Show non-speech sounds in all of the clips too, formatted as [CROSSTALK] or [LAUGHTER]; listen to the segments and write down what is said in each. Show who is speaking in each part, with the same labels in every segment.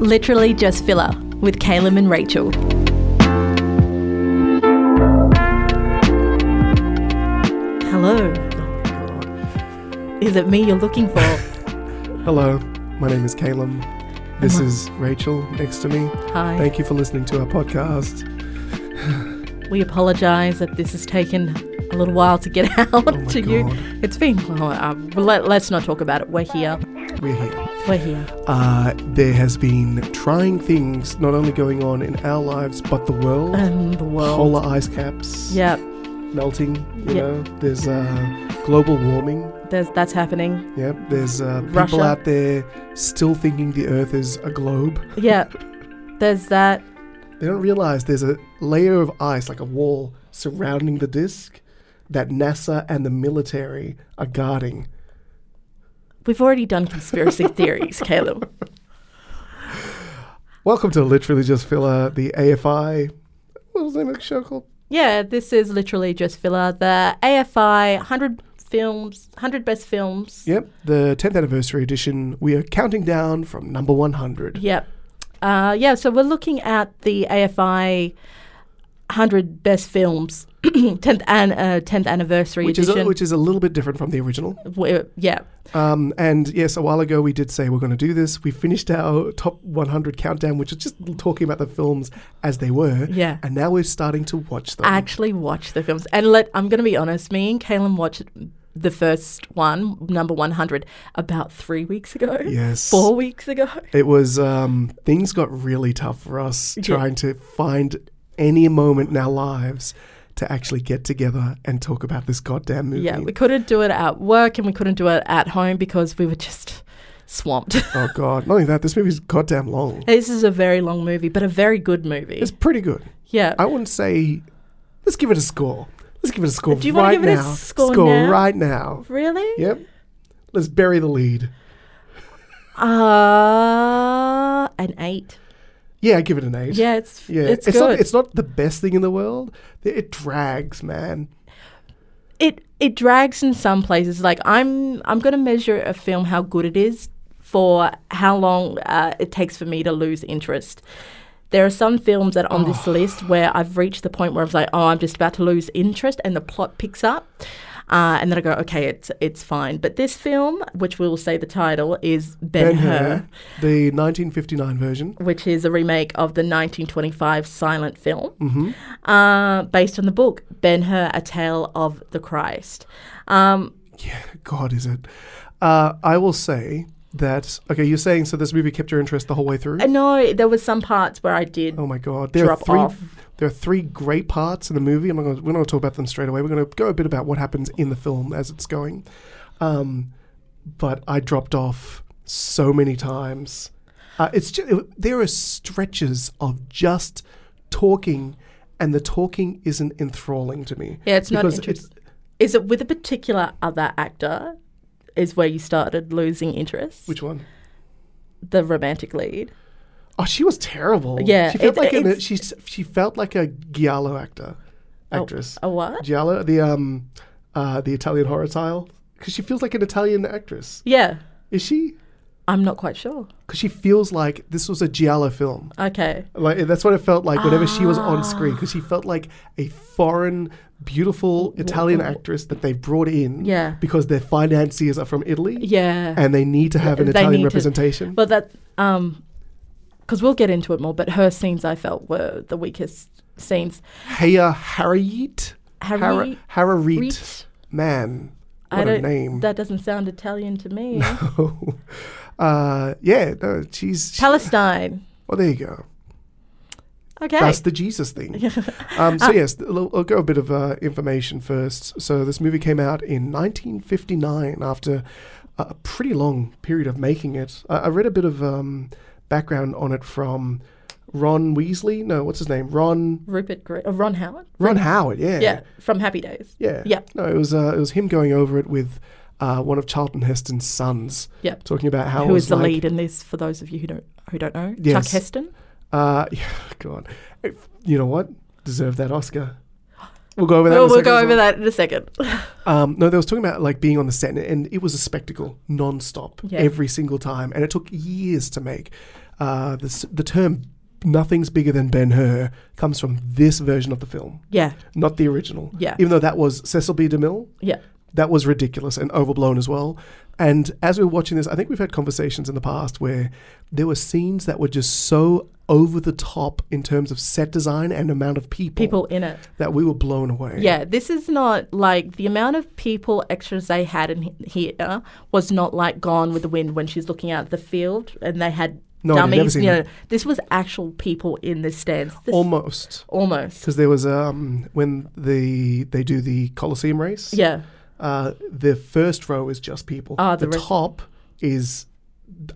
Speaker 1: Literally Just Filler with Caleb and Rachel. Hello. Is it me you're looking
Speaker 2: [LAUGHS]
Speaker 1: for?
Speaker 2: Hello, my name is Calum. This
Speaker 1: Am I-
Speaker 2: is Rachel next to me.
Speaker 1: Hi.
Speaker 2: Thank you for listening to our podcast.
Speaker 1: We apologise that this has taken a little while to get [LAUGHS] out
Speaker 2: Oh my
Speaker 1: to you.
Speaker 2: God.
Speaker 1: It's been, well, um, let, let's not talk about it. We're here.
Speaker 2: We're here.
Speaker 1: We're here.
Speaker 2: Uh, there has been trying things not only going on in our lives but the world.
Speaker 1: Um, the world.
Speaker 2: Polar ice caps
Speaker 1: Yeah,
Speaker 2: melting. You
Speaker 1: Yeah.
Speaker 2: know, there's uh, global warming.
Speaker 1: there's, that's happening.
Speaker 2: Yep. There's uh, people
Speaker 1: Russia.
Speaker 2: out there still thinking the Earth is a globe.
Speaker 1: Yeah, there's that.
Speaker 2: They don't realize there's a layer of ice, like a wall, surrounding the disk that NASA and the military are guarding.
Speaker 1: We've already done
Speaker 2: [LAUGHS]
Speaker 1: conspiracy theories, Caleb.
Speaker 2: Welcome to Literally Just Filler, the AFI. What was the name of the show called?
Speaker 1: Yeah, this is literally just filler. The AFI 100 films, 100 best films.
Speaker 2: Yep, the 10th anniversary edition. We are counting down from number 100.
Speaker 1: Yep. Uh, yeah, so we're looking at the AFI 100 best films, [CLEARS THROAT] 10th, an, uh, 10th anniversary
Speaker 2: Which is,
Speaker 1: edition.
Speaker 2: a, which is a little bit different from the original.
Speaker 1: We're- yeah.
Speaker 2: Um, and yes, a while ago we did say we're going to do this. We finished our top 100 countdown, which is just talking about the films as they were.
Speaker 1: Yeah.
Speaker 2: And um, now we're starting to watch them.
Speaker 1: Actually watch the films. And let I'm going to be honest, me and Kaylin watched the first one, number 100, about three weeks ago.
Speaker 2: yes.
Speaker 1: Four weeks ago.
Speaker 2: It was, um, things got really tough for us
Speaker 1: Yeah.
Speaker 2: trying to find any moment in our lives to actually get together and talk about this goddamn movie.
Speaker 1: Yeah, we couldn't do it at work and we couldn't do it at home because we were just swamped. [LAUGHS]
Speaker 2: oh, God. Not only that, this movie's goddamn long.
Speaker 1: this is a very long movie, but a very good movie.
Speaker 2: It's pretty good.
Speaker 1: yeah.
Speaker 2: I wouldn't say, let's give it a score. Let's give it a score
Speaker 1: Do you wanna
Speaker 2: right
Speaker 1: give it a
Speaker 2: now.
Speaker 1: score now?
Speaker 2: right now.
Speaker 1: really?
Speaker 2: Yep. Let's bury the lead.
Speaker 1: Uh, an eight.
Speaker 2: Yeah, give it an eight.
Speaker 1: Yeah, it's
Speaker 2: Yeah.
Speaker 1: it's,
Speaker 2: it's
Speaker 1: good.
Speaker 2: not it's not the best thing in the world. It- It drags, man.
Speaker 1: it it drags in some places. Like I'm I'm gonna measure a film how good it is for how long uh, it takes for me to lose interest. There are some films that are on this list where I've reached the point where I'm like, oh, I'm just about to lose interest, and the plot picks up, uh, and then I go, okay, it's it's fine. But this film, which we will say the title is Ben Hur,
Speaker 2: the 1959 version.
Speaker 1: which is a remake of the 1925 silent film uh, based on the book Ben Hur, A Tale of the Christ. Um,
Speaker 2: Yeah, God, is it? Uh, I will say that. Okay, you're saying so this movie kept your interest the whole way through.
Speaker 1: I know Uh, there was some parts where I did.
Speaker 2: Oh my God! There
Speaker 1: Drop
Speaker 2: are three.
Speaker 1: off.
Speaker 2: There are three great parts in the movie. I'm not gonna, we're not going to talk about them straight away. We're going to go a bit about what happens in the film as it's going. Um, but I dropped off so many times. Uh, it's just, there are stretches of just talking, and the talking isn't enthralling to me.
Speaker 1: Yeah, it's not
Speaker 2: Because
Speaker 1: interest- Is it with a particular other actor? Is where you started losing interest?
Speaker 2: which one?
Speaker 1: the romantic lead?
Speaker 2: Oh, she was terrible.
Speaker 1: Yeah,
Speaker 2: she felt
Speaker 1: it-
Speaker 2: like an,
Speaker 1: it's- Oh.
Speaker 2: she s- she felt like a giallo actor, actress.
Speaker 1: A what?
Speaker 2: Giallo, the um, uh, the Italian horror tile, because she feels like an Italian actress.
Speaker 1: Yeah,
Speaker 2: Is she?
Speaker 1: I'm not quite sure.
Speaker 2: Because she feels like this was a giallo film.
Speaker 1: Okay.
Speaker 2: Like that's what it felt like whenever she was on screen, because she felt like a foreign, beautiful Italian actress that they brought in.
Speaker 1: Yeah.
Speaker 2: Because their financiers are from Italy,
Speaker 1: Yeah.
Speaker 2: and they need to have an
Speaker 1: They need
Speaker 2: Italian
Speaker 1: to-
Speaker 2: representation.
Speaker 1: But that, um, because we'll get into it more. But her scenes I felt were the weakest scenes.
Speaker 2: Heya Harriet.
Speaker 1: Harriet-
Speaker 2: Har- Harriet.
Speaker 1: Reach.
Speaker 2: Man,
Speaker 1: I
Speaker 2: what a
Speaker 1: don't.
Speaker 2: name.
Speaker 1: That doesn't sound Italian to me.
Speaker 2: [LAUGHS] uh, yeah, no, she's. She,
Speaker 1: Palestine.
Speaker 2: well, there you go.
Speaker 1: Okay. Uh,
Speaker 2: That's the
Speaker 1: [LAUGHS]
Speaker 2: Jesus thing. um, so, yes, th- I'll, I'll go a bit of uh, information first. So, this movie came out in 1959 after a a pretty long period of making it. I, I read a bit of um, background on it from Ron Weasley. No, what's his name? Ron.
Speaker 1: Rupert Gre- uh, Ron Howard.
Speaker 2: Ron Howard,
Speaker 1: Yeah, from Happy Days.
Speaker 2: Yeah.
Speaker 1: Yeah.
Speaker 2: No, it was uh, it was him going over it with uh, one of Charlton Heston's sons.
Speaker 1: Yep.
Speaker 2: Talking about how
Speaker 1: Who
Speaker 2: it
Speaker 1: is
Speaker 2: was
Speaker 1: the
Speaker 2: like-
Speaker 1: lead in this? For those of you who don't who don't know, Chuck
Speaker 2: Yes.
Speaker 1: Heston.
Speaker 2: Uh, [LAUGHS] yeah, God. If- you know what? Deserved that Oscar. We'll go over that. in
Speaker 1: We'll, Oh,
Speaker 2: a
Speaker 1: we'll
Speaker 2: second
Speaker 1: go
Speaker 2: as
Speaker 1: over
Speaker 2: well.
Speaker 1: that in a second.
Speaker 2: Um, no, they was talking about like being on the set, and- and it was a spectacle, non-stop,
Speaker 1: Yeah.
Speaker 2: every single time, and it took years to make. uh, the, s- the term "nothing's bigger than Ben Hur" comes from this version of the film,
Speaker 1: [LAUGHS] Yeah.
Speaker 2: not the original.
Speaker 1: Yeah.
Speaker 2: Even though that was Cecil B. DeMille,
Speaker 1: Yeah.
Speaker 2: that was ridiculous and overblown as well. And as we were watching this, I think we've had conversations in the past where there were scenes that were just so over the top in terms of set design and amount of people,
Speaker 1: People in it.
Speaker 2: that we were blown away.
Speaker 1: Yeah, this is not like the amount of people extras they had in he- here was not like Gone with the Wind when she's looking out at the field and they had
Speaker 2: No, I've never
Speaker 1: dummies.
Speaker 2: seen
Speaker 1: you know,
Speaker 2: that.
Speaker 1: this was actual people in the stands. This,
Speaker 2: Almost.
Speaker 1: almost.
Speaker 2: Because there was um, when the they do the Colosseum race,
Speaker 1: Yeah,
Speaker 2: uh, the first row is just people.
Speaker 1: Ah,
Speaker 2: the
Speaker 1: the re-
Speaker 2: top is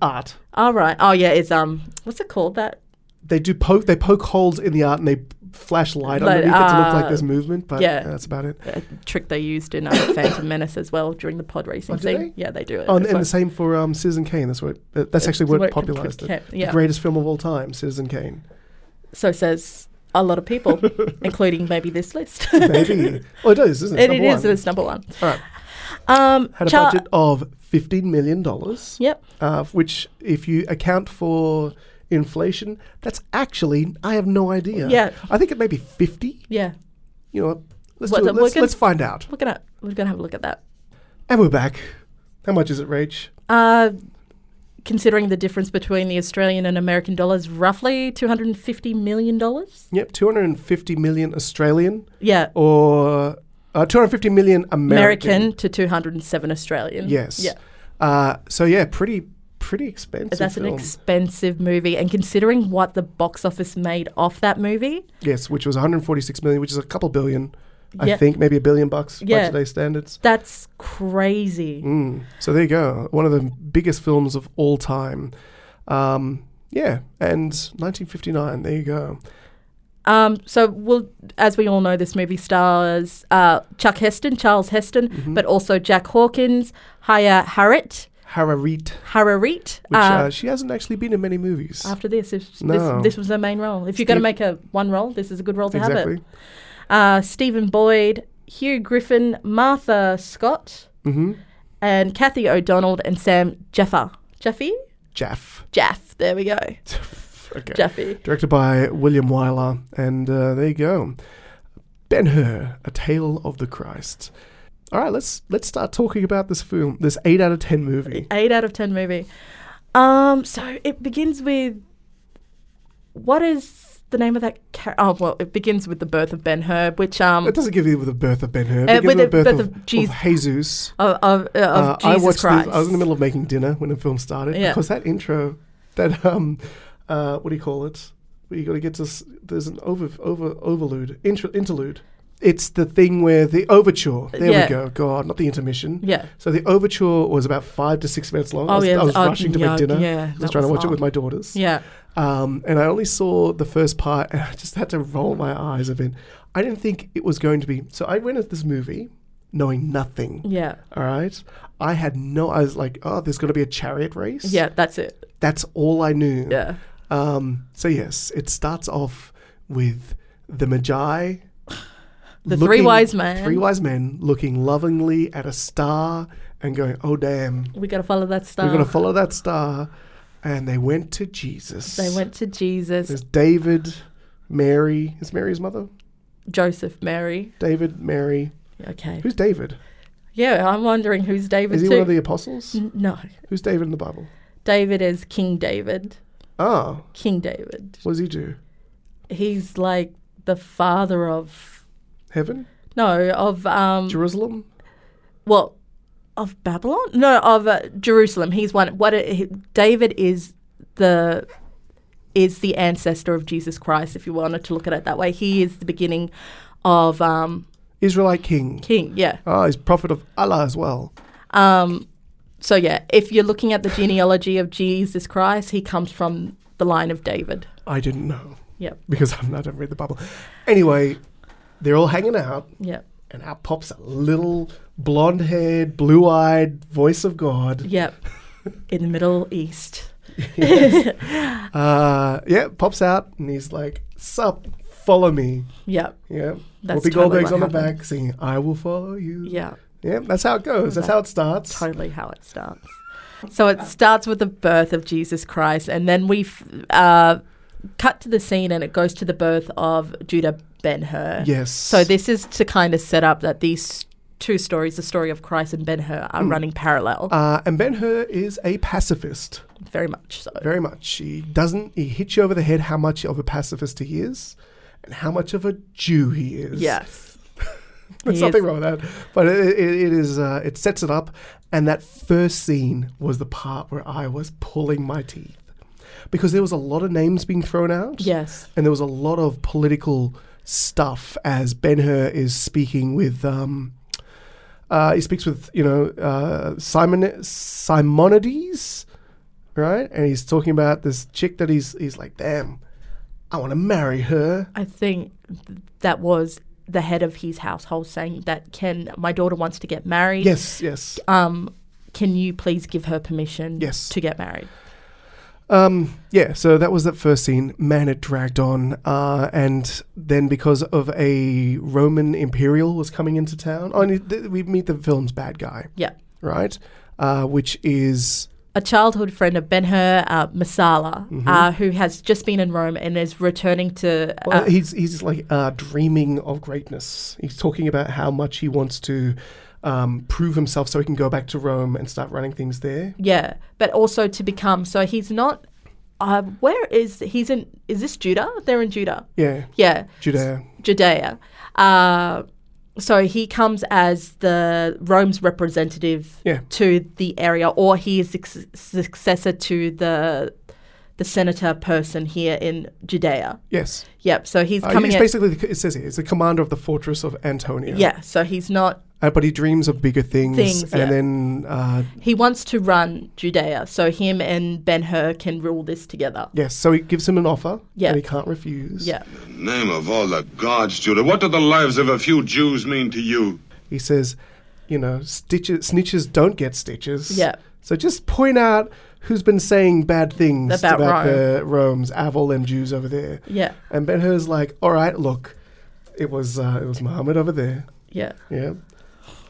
Speaker 2: art.
Speaker 1: All right. Oh yeah, it's um, what's it called? That
Speaker 2: They do poke they poke holes in the art and they flash light
Speaker 1: Like,
Speaker 2: underneath it to look like
Speaker 1: uh,
Speaker 2: there's movement. But
Speaker 1: yeah.
Speaker 2: that's about it.
Speaker 1: uh, trick they used in uh, Phantom Menace as well during the pod racing
Speaker 2: Oh, did
Speaker 1: scene. Yeah, they do it.
Speaker 2: Oh, and,
Speaker 1: as
Speaker 2: and
Speaker 1: well.
Speaker 2: the same for um, Citizen Kane. That's what uh, that's actually
Speaker 1: It's
Speaker 2: what
Speaker 1: what it
Speaker 2: popularized it.
Speaker 1: ca- yeah.
Speaker 2: The greatest film of all time, Citizen Kane.
Speaker 1: [LAUGHS] so says a lot of
Speaker 2: [LAUGHS]
Speaker 1: people, including maybe this list.
Speaker 2: Maybe. oh, it is, isn't it?
Speaker 1: [LAUGHS] it it
Speaker 2: Number
Speaker 1: is.
Speaker 2: one.
Speaker 1: It's number one.
Speaker 2: All right.
Speaker 1: Um,
Speaker 2: Had a
Speaker 1: Char-
Speaker 2: budget of fifteen million dollars.
Speaker 1: Yep.
Speaker 2: uh, which if you account for inflation, that's actually I have no idea.
Speaker 1: Yeah.
Speaker 2: I think it may be fifty.
Speaker 1: Yeah.
Speaker 2: You know, what? let's
Speaker 1: What
Speaker 2: do
Speaker 1: the-
Speaker 2: it. Let's,
Speaker 1: we're gonna-
Speaker 2: let's find out.
Speaker 1: We're gonna we're gonna have a look at that.
Speaker 2: And we're back. How much is it, Rach?
Speaker 1: Uh, considering the difference between the Australian and American dollars, roughly two hundred and fifty million dollars.
Speaker 2: Yep, two hundred and fifty million Australian
Speaker 1: Yeah,
Speaker 2: or uh, two hundred fifty million American.
Speaker 1: American, to two hundred and seven Australian.
Speaker 2: Yes.
Speaker 1: Mm-hmm. Yeah.
Speaker 2: Uh, so yeah, pretty pretty expensive.
Speaker 1: That's an
Speaker 2: film.
Speaker 1: expensive movie, and considering what the box office made off that movie,
Speaker 2: yes, which was one hundred forty six million, which is a couple billion. I
Speaker 1: Yeah.
Speaker 2: think maybe a billion bucks by
Speaker 1: Yeah.
Speaker 2: today's standards.
Speaker 1: that's crazy.
Speaker 2: Mm. So there you go. One of the biggest films of all time. Um, yeah, and 1959. There you go.
Speaker 1: Um, so, we'll, as we all know, this movie stars uh, Chuck Heston, Charles Heston,
Speaker 2: Mm-hmm.
Speaker 1: but also Jack Hawkins, Haya Harrit,
Speaker 2: Hararit,
Speaker 1: Hararit.
Speaker 2: which uh,
Speaker 1: uh,
Speaker 2: she hasn't actually been in many movies.
Speaker 1: after this, if
Speaker 2: No.
Speaker 1: this, this was her main role. If you're going
Speaker 2: Steve-
Speaker 1: to make a one role, this is a good role to have
Speaker 2: exactly.
Speaker 1: it. Uh, Stephen Boyd, Hugh Griffin, Martha Scott,
Speaker 2: Mm-hmm.
Speaker 1: and Kathy O'Donnell, and Sam Jeffer. Jeffy?
Speaker 2: Jaff.
Speaker 1: Jaff. There we go.
Speaker 2: Okay.
Speaker 1: Jeffy.
Speaker 2: Directed by William Wyler, and uh, there you go. Ben Hur, A Tale of the Christ. All right, let's let's start talking about this film, this eight out of ten movie.
Speaker 1: Eight out of ten movie. Um, so it begins with what is the name of that? Char- oh well, it begins with the birth of Ben Hur, which um uh,
Speaker 2: It doesn't give you the birth of Ben Hur. It gives
Speaker 1: with
Speaker 2: you
Speaker 1: the birth
Speaker 2: of,
Speaker 1: of Jesus-
Speaker 2: of Jesus.
Speaker 1: of of, uh, of
Speaker 2: Uh,
Speaker 1: Jesus
Speaker 2: I watched
Speaker 1: Christ.
Speaker 2: The, I was in the middle of making dinner when the film started
Speaker 1: Yeah.
Speaker 2: because that intro, that um, uh, what do you call it? Where you got to get to. s- There's an over over overlude intro, interlude. It's the thing where the overture. There
Speaker 1: Yeah.
Speaker 2: we go. God, not the intermission.
Speaker 1: Yeah.
Speaker 2: So the overture was about five to six minutes long. I
Speaker 1: Oh,
Speaker 2: was,
Speaker 1: yeah,
Speaker 2: I was
Speaker 1: oh,
Speaker 2: rushing to
Speaker 1: yeah,
Speaker 2: make dinner.
Speaker 1: yeah,
Speaker 2: I was
Speaker 1: that
Speaker 2: trying to
Speaker 1: was
Speaker 2: watch it with
Speaker 1: hard.
Speaker 2: my daughters.
Speaker 1: Yeah.
Speaker 2: Um, and I only saw the first part, and [LAUGHS] I just had to roll my eyes a bit. I didn't think it was going to be. So I went at this movie knowing nothing.
Speaker 1: Yeah.
Speaker 2: All right. I had no. I was like, oh, there's going to be a chariot race.
Speaker 1: Yeah. That's it.
Speaker 2: That's all I knew.
Speaker 1: Yeah.
Speaker 2: Um. So yes, it starts off with the Magi.
Speaker 1: The three wise men.
Speaker 2: Three wise men looking lovingly at a star and going, oh damn,
Speaker 1: We gotta follow that star.
Speaker 2: we're going to follow that star. And they went to Jesus.
Speaker 1: They went to Jesus,
Speaker 2: There's David, Mary. Is Mary his mother?
Speaker 1: Joseph, Mary.
Speaker 2: David, Mary.
Speaker 1: Okay.
Speaker 2: Who's David?
Speaker 1: Yeah, I'm wondering who's David
Speaker 2: Is he
Speaker 1: too. Mm-hmm.
Speaker 2: one of the apostles?
Speaker 1: N- no,
Speaker 2: Who's David in the Bible?
Speaker 1: David is King David.
Speaker 2: Ah,
Speaker 1: King David.
Speaker 2: what does he do?
Speaker 1: He's like the father of
Speaker 2: Heaven?
Speaker 1: no of um
Speaker 2: Jerusalem?
Speaker 1: well of Babylon. No, of uh, Jerusalem. He's one. What it, he- David is the is the ancestor of Jesus Christ. If you wanted to look at it that way, he is the beginning of um
Speaker 2: Israelite king.
Speaker 1: king. Yeah.
Speaker 2: Ah, he's prophet of Allah as well.
Speaker 1: Um, so yeah, if you're looking at the genealogy of Jesus Christ, he comes from the line of David.
Speaker 2: I didn't know
Speaker 1: Yep,
Speaker 2: because I've not ever read the Bible. Anyway, they're all hanging out,
Speaker 1: yep,
Speaker 2: and out pops a little blonde haired, blue eyed voice of God.
Speaker 1: yep. In the Middle East. [LAUGHS]
Speaker 2: Uh, yeah, pops out, and he's like, Sup, follow me.
Speaker 1: Yep,
Speaker 2: Yeah.
Speaker 1: That's
Speaker 2: Whoopi
Speaker 1: totally
Speaker 2: Goldberg's
Speaker 1: what
Speaker 2: on the
Speaker 1: happened.
Speaker 2: back singing, I will follow you.
Speaker 1: yeah.
Speaker 2: Yeah, that's how it goes. That's how it starts.
Speaker 1: Totally how it starts. So it starts with the birth of Jesus Christ, and then we f- uh, cut to the scene, and it goes to the birth of Judah Ben Hur.
Speaker 2: Yes.
Speaker 1: So this is to kind of set up that these two stories, the story of Christ and Ben Hur,
Speaker 2: Hmm.
Speaker 1: are running parallel,
Speaker 2: Uh, and Ben Hur is a pacifist,
Speaker 1: very much so.
Speaker 2: very much. He doesn't. He hits you over the head how much of a pacifist he is, and how much of a Jew he is.
Speaker 1: Yes.
Speaker 2: [LAUGHS] There's
Speaker 1: He
Speaker 2: nothing
Speaker 1: is-
Speaker 2: wrong with that, but it, it, it is uh, it sets it up, and that first scene was the part where I was pulling my teeth because there was a lot of names being thrown out,
Speaker 1: Yes.
Speaker 2: and there was a lot of political stuff as Ben Hur is speaking with. Um, uh, he speaks with you know uh, Simon Simonides, right? And he's talking about this chick that he's he's like, damn, I want to marry her.
Speaker 1: I think that was the head of his household saying that can my daughter wants to get married.
Speaker 2: Yes, yes.
Speaker 1: Um, can you please give her permission
Speaker 2: Yes.
Speaker 1: to get married?
Speaker 2: Um, yeah, so that was that first scene. Man, it dragged on. Uh, and then because of a Roman imperial was coming into town, oh, and th- we meet the film's bad guy,
Speaker 1: Yeah.
Speaker 2: right? Uh, which is
Speaker 1: A childhood friend of Ben Hur, uh, Masala, uh, who has just been in Rome and is returning to. Uh,
Speaker 2: well, he's he's like uh, dreaming of greatness. He's talking about how much he wants to um, prove himself so he can go back to Rome and start running things there.
Speaker 1: yeah, but also to become. So he's not. Uh, where is he's in? Is this Judah? They're in Judah.
Speaker 2: Yeah,
Speaker 1: Yeah.
Speaker 2: Judea.
Speaker 1: Judea. Uh, so he comes as the Rome's representative
Speaker 2: Yeah.
Speaker 1: to the area, or he is suc- successor to the the senator person here in Judea.
Speaker 2: Yes,
Speaker 1: Yep. So he's
Speaker 2: uh,
Speaker 1: coming.
Speaker 2: he's
Speaker 1: at-
Speaker 2: basically the, it says here, he's the commander of the fortress of Antonia.
Speaker 1: yeah. So he's not.
Speaker 2: Uh, but he dreams of bigger things,
Speaker 1: Things,
Speaker 2: and
Speaker 1: yeah.
Speaker 2: then uh,
Speaker 1: He wants to run Judea, so him and Ben Hur can rule this together.
Speaker 2: Yes, so he gives him an offer
Speaker 1: Yeah.
Speaker 2: and he can't refuse.
Speaker 1: Yeah.
Speaker 3: Name of all the gods, Judah, what do the lives of a few Jews mean to you?
Speaker 2: He says, you know, stitches, snitches don't get stitches.
Speaker 1: Yeah.
Speaker 2: So just point out who's been saying bad things
Speaker 1: About
Speaker 2: the Rome's, Avil, and Jews over there.
Speaker 1: Yeah.
Speaker 2: And Ben Hur's like, all right, look, it was uh, it was Muhammad over there.
Speaker 1: Yeah.
Speaker 2: Yeah.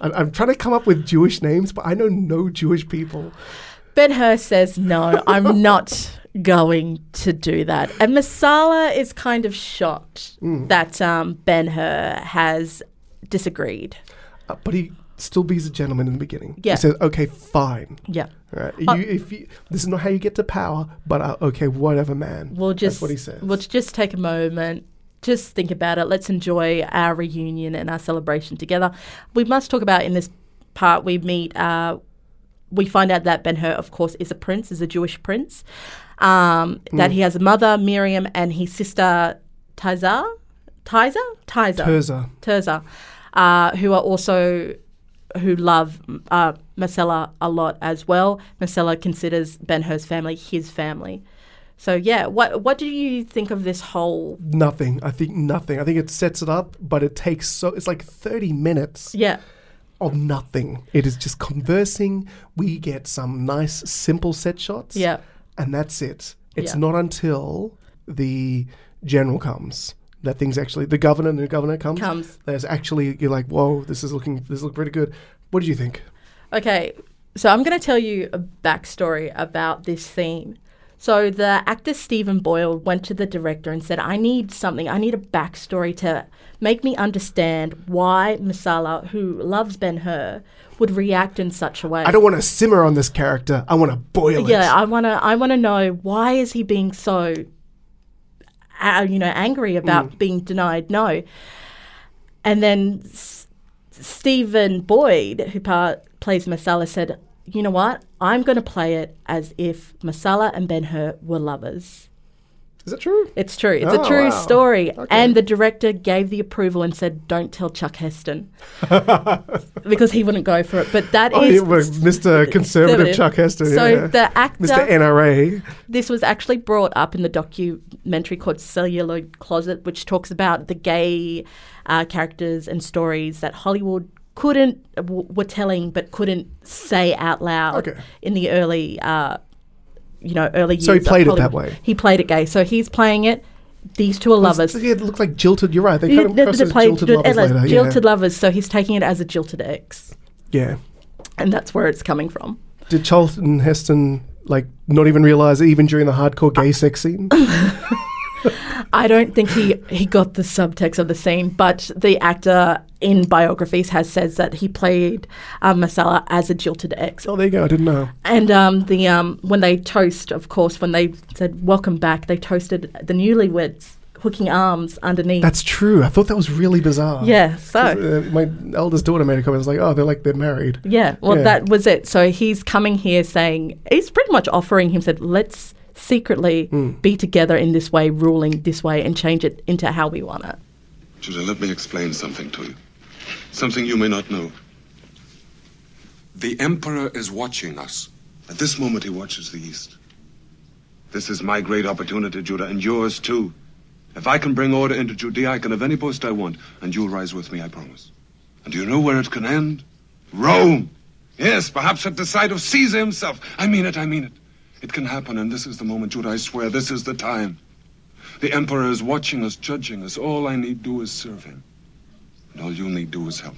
Speaker 2: I- I'm trying to come up with Jewish names, but I know no Jewish people.
Speaker 1: Ben Hur says, No, I'm not going to do that. And Masala is kind of shocked that um, Ben Hur has disagreed.
Speaker 2: Uh, but he still be's a gentleman in the beginning.
Speaker 1: Yeah.
Speaker 2: He says, okay, fine.
Speaker 1: Yeah.
Speaker 2: Right.
Speaker 1: Uh,
Speaker 2: you, if you, this is not how you get to power, but uh, okay, whatever, man.
Speaker 1: We'll just,
Speaker 2: That's what he says.
Speaker 1: We'll just take a moment. Just think about it. Let's enjoy our reunion and our celebration together. We must talk about in this part, we meet, uh, we find out that Ben Hur, of course, is a prince, is a Jewish prince, um, that
Speaker 2: Mm.
Speaker 1: he has a mother, Miriam, and his sister, Tiza. Tiza? Tiza.
Speaker 2: Terza.
Speaker 1: Terza, uh, who are also who love uh, Marcella a lot as well. Marcella considers Ben Hur's family his family. So yeah, what what do you think of this whole?
Speaker 2: Nothing. I think nothing. I think it sets it up, but it takes so it's like 30 minutes
Speaker 1: Yeah,
Speaker 2: of nothing. It is just conversing. We get some nice simple set shots.
Speaker 1: Yeah.
Speaker 2: And that's it. It's
Speaker 1: Yeah.
Speaker 2: not until the general comes that things actually the governor, new governor comes.
Speaker 1: Comes.
Speaker 2: There's actually you're like, "Whoa, this is looking this look pretty good." What did you think?
Speaker 1: Okay, so I'm going to tell you a backstory about this scene. So the actor Stephen Boyle went to the director and said, "I need something. I need a backstory to make me understand why Masala, who loves Ben Hur, would react in such a way."
Speaker 2: I don't want to simmer on this character. I want to boil it.
Speaker 1: Yeah, I want to. I want to know why is he being so, uh, you know, angry about
Speaker 2: Mm.
Speaker 1: being denied no. And then S- Stephen Boyd, who par- plays Masala, said, "You know what? I'm going to play it as if Masala and Ben Hur were lovers."
Speaker 2: Is that true?
Speaker 1: It's true. It's
Speaker 2: Oh,
Speaker 1: a true
Speaker 2: wow.
Speaker 1: story.
Speaker 2: Okay.
Speaker 1: And the director gave the approval and said, "Don't tell Chuck
Speaker 2: [LAUGHS]
Speaker 1: Heston," because he wouldn't go for it. But that is
Speaker 2: Oh, it
Speaker 1: [LAUGHS]
Speaker 2: was Mr. Conservative
Speaker 1: conservative.
Speaker 2: Chuck Heston.
Speaker 1: So
Speaker 2: yeah.
Speaker 1: the actor
Speaker 2: Mr. NRA.
Speaker 1: this was actually brought up in the documentary called Celluloid Closet, which talks about the gay uh, characters and stories that Hollywood couldn't w- were telling but couldn't say out loud
Speaker 2: Okay.
Speaker 1: in the early, uh, you know, early years.
Speaker 2: So he
Speaker 1: of
Speaker 2: played it that
Speaker 1: Hollywood.
Speaker 2: way.
Speaker 1: He played it gay, so he's playing it. These two are lovers.
Speaker 2: Yeah, it looked like jilted. You're right. They
Speaker 1: Yeah,
Speaker 2: kind of
Speaker 1: they-
Speaker 2: crossed
Speaker 1: they
Speaker 2: as
Speaker 1: played
Speaker 2: jilted lovers
Speaker 1: as
Speaker 2: later.
Speaker 1: jilted
Speaker 2: yeah.
Speaker 1: lovers, so he's taking it as a jilted ex,
Speaker 2: yeah.
Speaker 1: and that's where it's coming from.
Speaker 2: Did Charlton Heston like not even realize it even during the hardcore gay
Speaker 1: [LAUGHS]
Speaker 2: sex scene? Oh,
Speaker 1: I don't think he, he got the subtext of the scene, but the actor in biographies has says that he played um, Masala as a jilted ex.
Speaker 2: oh, there you go. I didn't know.
Speaker 1: And um, the um, when they toast, of course, when they said "Welcome back," they toasted the newlyweds hooking arms underneath.
Speaker 2: That's true. I thought that was really bizarre.
Speaker 1: yeah, so
Speaker 2: Uh, my eldest daughter made a comment. It's like, oh, they're like they're married.
Speaker 1: yeah, well,
Speaker 2: Yeah.
Speaker 1: that was it. So he's coming here saying he's pretty much offering him said, "Let's secretly
Speaker 2: Hmm.
Speaker 1: be together in this way, ruling this way, and change it into how we want it."
Speaker 3: Judah, let me explain something to you. Something you may not know.
Speaker 4: The Emperor is watching us.
Speaker 3: At this moment, he watches the East. This is my great opportunity, Judah, and yours too. If I can bring order into Judea, I can have any post I want, and you'll rise with me, I promise. And do you know where it can end? Rome! Yes, perhaps at the side of Caesar himself. I mean it, I mean it. It can happen, and this is the moment, Judah, I swear, this is the time. The Emperor is watching us, judging us. All I need do is serve him. And all you need do is help.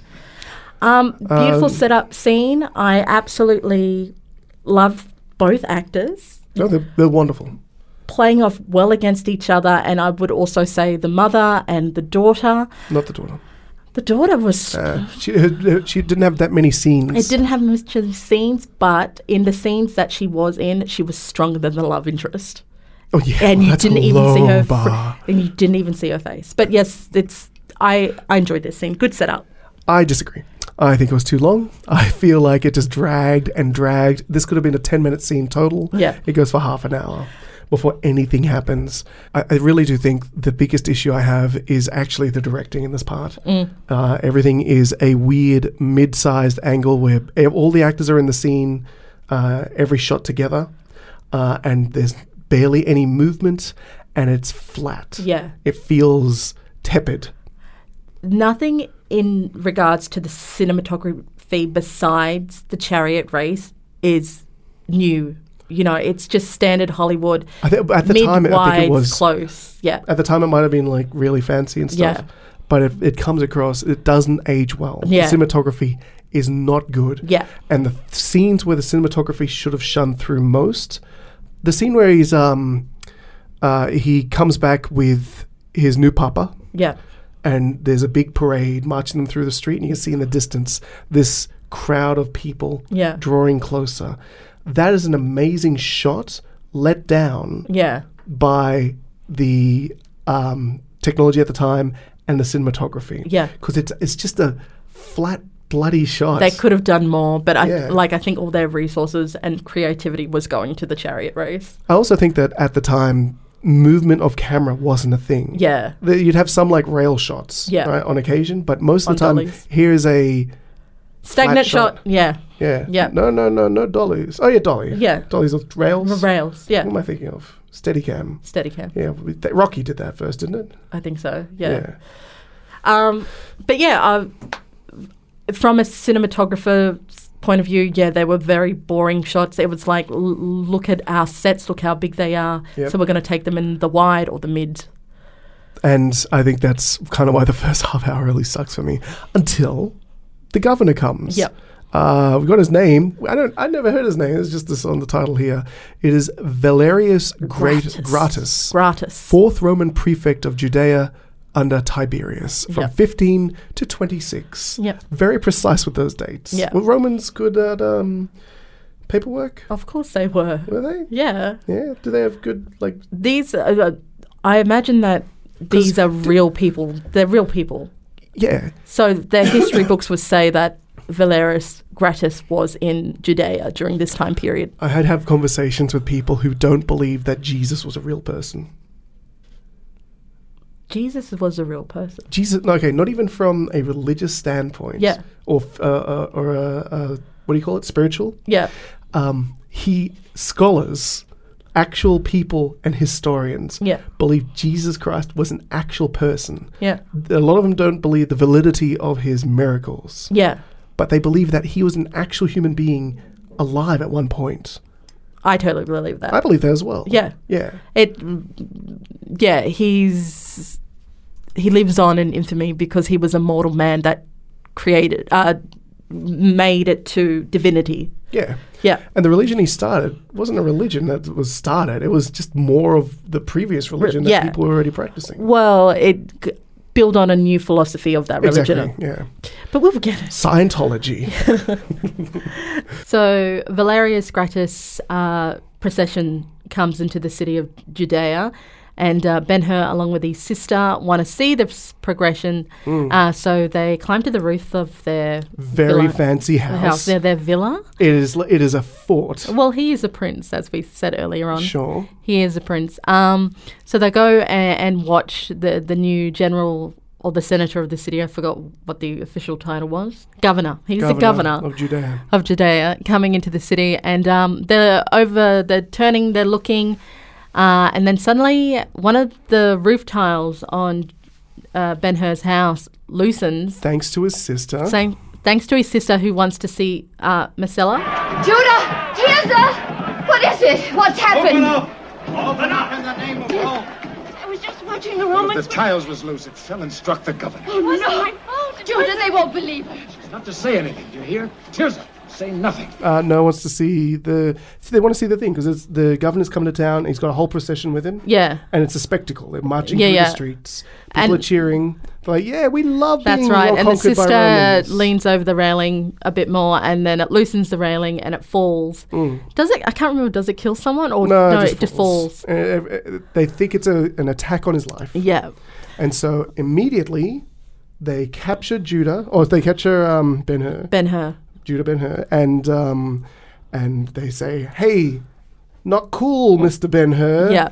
Speaker 1: Um, beautiful setup scene. I absolutely love both actors
Speaker 2: No, they're, they're wonderful.
Speaker 1: playing off well against each other, and I would also say the mother and the daughter.
Speaker 2: Not the daughter.
Speaker 1: The daughter was.
Speaker 2: Uh, she, her, her- she didn't have that many scenes.
Speaker 1: Oh. it didn't have much of the scenes, but in the scenes that she was in, she was stronger than the love interest,
Speaker 2: Oh yeah,
Speaker 1: and
Speaker 2: well,
Speaker 1: you
Speaker 2: that's a
Speaker 1: didn't even see
Speaker 2: low
Speaker 1: her. fr-
Speaker 2: Bar.
Speaker 1: and you didn't even see her face. But yes, it's. I I enjoyed this scene. Good setup.
Speaker 2: I disagree. I think it was too long. I [LAUGHS] feel like it just dragged and dragged. This could have been a ten-minute scene total.
Speaker 1: Yeah.
Speaker 2: it goes for half an hour before anything happens. I, I really do think the biggest issue I have is actually the directing in this part.
Speaker 1: Mm.
Speaker 2: Uh, everything is a weird mid-sized angle where e- all the actors are in the scene, uh, every shot together, uh, and there's barely any movement, and it's flat.
Speaker 1: Yeah.
Speaker 2: it feels tepid.
Speaker 1: nothing in regards to the cinematography besides the chariot race is new. You know, it's just standard Hollywood.
Speaker 2: I think at the time, I think it
Speaker 1: mid-wides,
Speaker 2: was-
Speaker 1: close. Yeah,
Speaker 2: at the time it might have been like really fancy and stuff.
Speaker 1: Yeah.
Speaker 2: But it, it comes across, it doesn't age well.
Speaker 1: Yeah.
Speaker 2: The cinematography is not good.
Speaker 1: Yeah.
Speaker 2: And the th- scenes where the cinematography should have shone through most, the scene where he's um, uh, he comes back with his new papa,
Speaker 1: yeah,
Speaker 2: and there's a big parade marching them through the street, and you can see in the distance this crowd of people
Speaker 1: Yeah.
Speaker 2: drawing closer. That is an amazing shot, let down
Speaker 1: yeah,
Speaker 2: by the um, technology at the time and the cinematography.
Speaker 1: Yeah.
Speaker 2: because it's it's just a flat bloody shot.
Speaker 1: they could have done more, but I
Speaker 2: Yeah.
Speaker 1: like. I think all their resources and creativity was going to the chariot race.
Speaker 2: I also think that at the time, movement of camera wasn't a thing.
Speaker 1: Yeah,
Speaker 2: The- You'd have some like rail shots,
Speaker 1: Yeah.
Speaker 2: right, on occasion, but most of the
Speaker 1: On
Speaker 2: time,
Speaker 1: dollies.
Speaker 2: here is a
Speaker 1: stagnant shot.
Speaker 2: shot.
Speaker 1: Yeah,
Speaker 2: yeah,
Speaker 1: Yeah.
Speaker 2: no, no, no, no dollies. Oh yeah, dolly,
Speaker 1: Yeah.
Speaker 2: dollies with rails.
Speaker 1: rails. Yeah,
Speaker 2: What am I thinking of? Steadicam.
Speaker 1: Steadicam.
Speaker 2: Yeah, we- th- Rocky did that first, didn't it?
Speaker 1: I think so. yeah. Um, but yeah, uh, from a cinematographer's point of view, yeah, they were very boring shots. It was like, l- look at our sets, look how big they are.
Speaker 2: Yep.
Speaker 1: So we're going to take them in the wide or the mid.
Speaker 2: And I think that's kind of why the [LAUGHS] first half hour really sucks for me until the governor comes.
Speaker 1: Yep.
Speaker 2: Uh, we got his name. I don't. I never heard his name. It's just this on the title here. It is Valerius Great
Speaker 1: Gratus.
Speaker 2: Gratus,
Speaker 1: Gratis.
Speaker 2: fourth Roman prefect of Judea under Tiberius, from
Speaker 1: Yep.
Speaker 2: 15 to 26.
Speaker 1: Yep.
Speaker 2: Very precise with those dates.
Speaker 1: Yeah.
Speaker 2: Were Romans good at um, paperwork?
Speaker 1: Of course they were.
Speaker 2: Were they?
Speaker 1: Yeah.
Speaker 2: Yeah. Do they have good like?
Speaker 1: These, uh, uh, I imagine that these are real people. They're real people.
Speaker 2: Yeah.
Speaker 1: So their history books would say that Valerius Gratus was in Judea during this time period.
Speaker 2: I had have conversations with people who don't believe that Jesus was a real person.
Speaker 1: Jesus was a real person.
Speaker 2: Jesus, no, okay, not even from a religious standpoint,
Speaker 1: Yeah.
Speaker 2: or f- uh, uh, or uh, uh, what do you call it, spiritual.
Speaker 1: Yeah.
Speaker 2: Um, he scholars, actual people, and historians
Speaker 1: Yeah.
Speaker 2: believe Jesus Christ was an actual person.
Speaker 1: Yeah.
Speaker 2: A lot of them don't believe the validity of his miracles,
Speaker 1: Yeah.
Speaker 2: but they believe that he was an actual human being alive at one point.
Speaker 1: I totally believe that.
Speaker 2: I believe that as well.
Speaker 1: Yeah.
Speaker 2: yeah.
Speaker 1: It, yeah, he's he lives on in infamy because he was a mortal man that created, uh, made it to divinity.
Speaker 2: Yeah.
Speaker 5: Yeah.
Speaker 2: And the religion he started wasn't a religion that was started. It was just more of the previous religion that
Speaker 5: yeah.
Speaker 2: people were already practicing.
Speaker 5: Well, it g- built on a new philosophy of that religion.
Speaker 2: Exactly. Yeah.
Speaker 5: But we'll get it.
Speaker 1: [LAUGHS]
Speaker 2: Scientology.
Speaker 1: So Valerius Gratus' uh, procession comes into the city of Judea, and uh, Ben Hur, along with his sister, want to see this progression. Uh, so they climb to the roof of their
Speaker 2: Hmm. Very
Speaker 1: villa-
Speaker 2: fancy house.
Speaker 1: house, their, their villa.
Speaker 2: It is. li- It is a fort.
Speaker 1: Well, he is a prince, as we said earlier on.
Speaker 2: Sure.
Speaker 1: He is a prince. Um, so they go and, and watch the, the new general or the senator of the city. I forgot what the official title was. Governor. He's the governor
Speaker 2: of Judea.
Speaker 1: of Judea coming into the city, and um, they're over, they're turning, they're looking, uh, and then suddenly one of the roof tiles on uh, Ben Hur's house loosens,
Speaker 2: Thanks to his sister.
Speaker 1: saying, thanks to his sister who wants to see uh, Marcella.
Speaker 6: Judah! Tirza! What is it? What's happened?
Speaker 7: Open up in the name of Rome.
Speaker 6: I was just watching the Romans.
Speaker 7: The tiles was loose. It fell and struck the governor.
Speaker 6: It wasn't my fault. Oh, Judah, they won't believe her.
Speaker 7: It's not to say anything. Do you hear? Tirza, say nothing.
Speaker 2: Uh, no one wants to see the. so they want to see the thing because the governor's coming to town. He's got a whole procession with him.
Speaker 1: Yeah.
Speaker 2: And it's a spectacle. They're marching
Speaker 1: Yeah,
Speaker 2: through
Speaker 1: yeah.
Speaker 2: the streets. People are
Speaker 1: And-
Speaker 2: cheering. They're like, "Yeah, we love being
Speaker 1: That's right.
Speaker 2: well
Speaker 1: And the
Speaker 2: conquered by
Speaker 1: sister
Speaker 2: Romans."
Speaker 1: leans over the railing a bit more, and then it loosens the railing and it falls. Does it? I can't remember. Does it kill someone or
Speaker 2: Mm. No, it,
Speaker 1: it
Speaker 2: just falls. Uh, uh, uh, they think it's a, an attack on his life.
Speaker 1: Yeah.
Speaker 2: And so immediately they capture Judah, or they capture um, Ben Hur,
Speaker 1: Ben Hur.
Speaker 2: Judah Ben Hur, and um, and they say, "Hey, not cool, Mister Ben Hur.
Speaker 1: Yeah.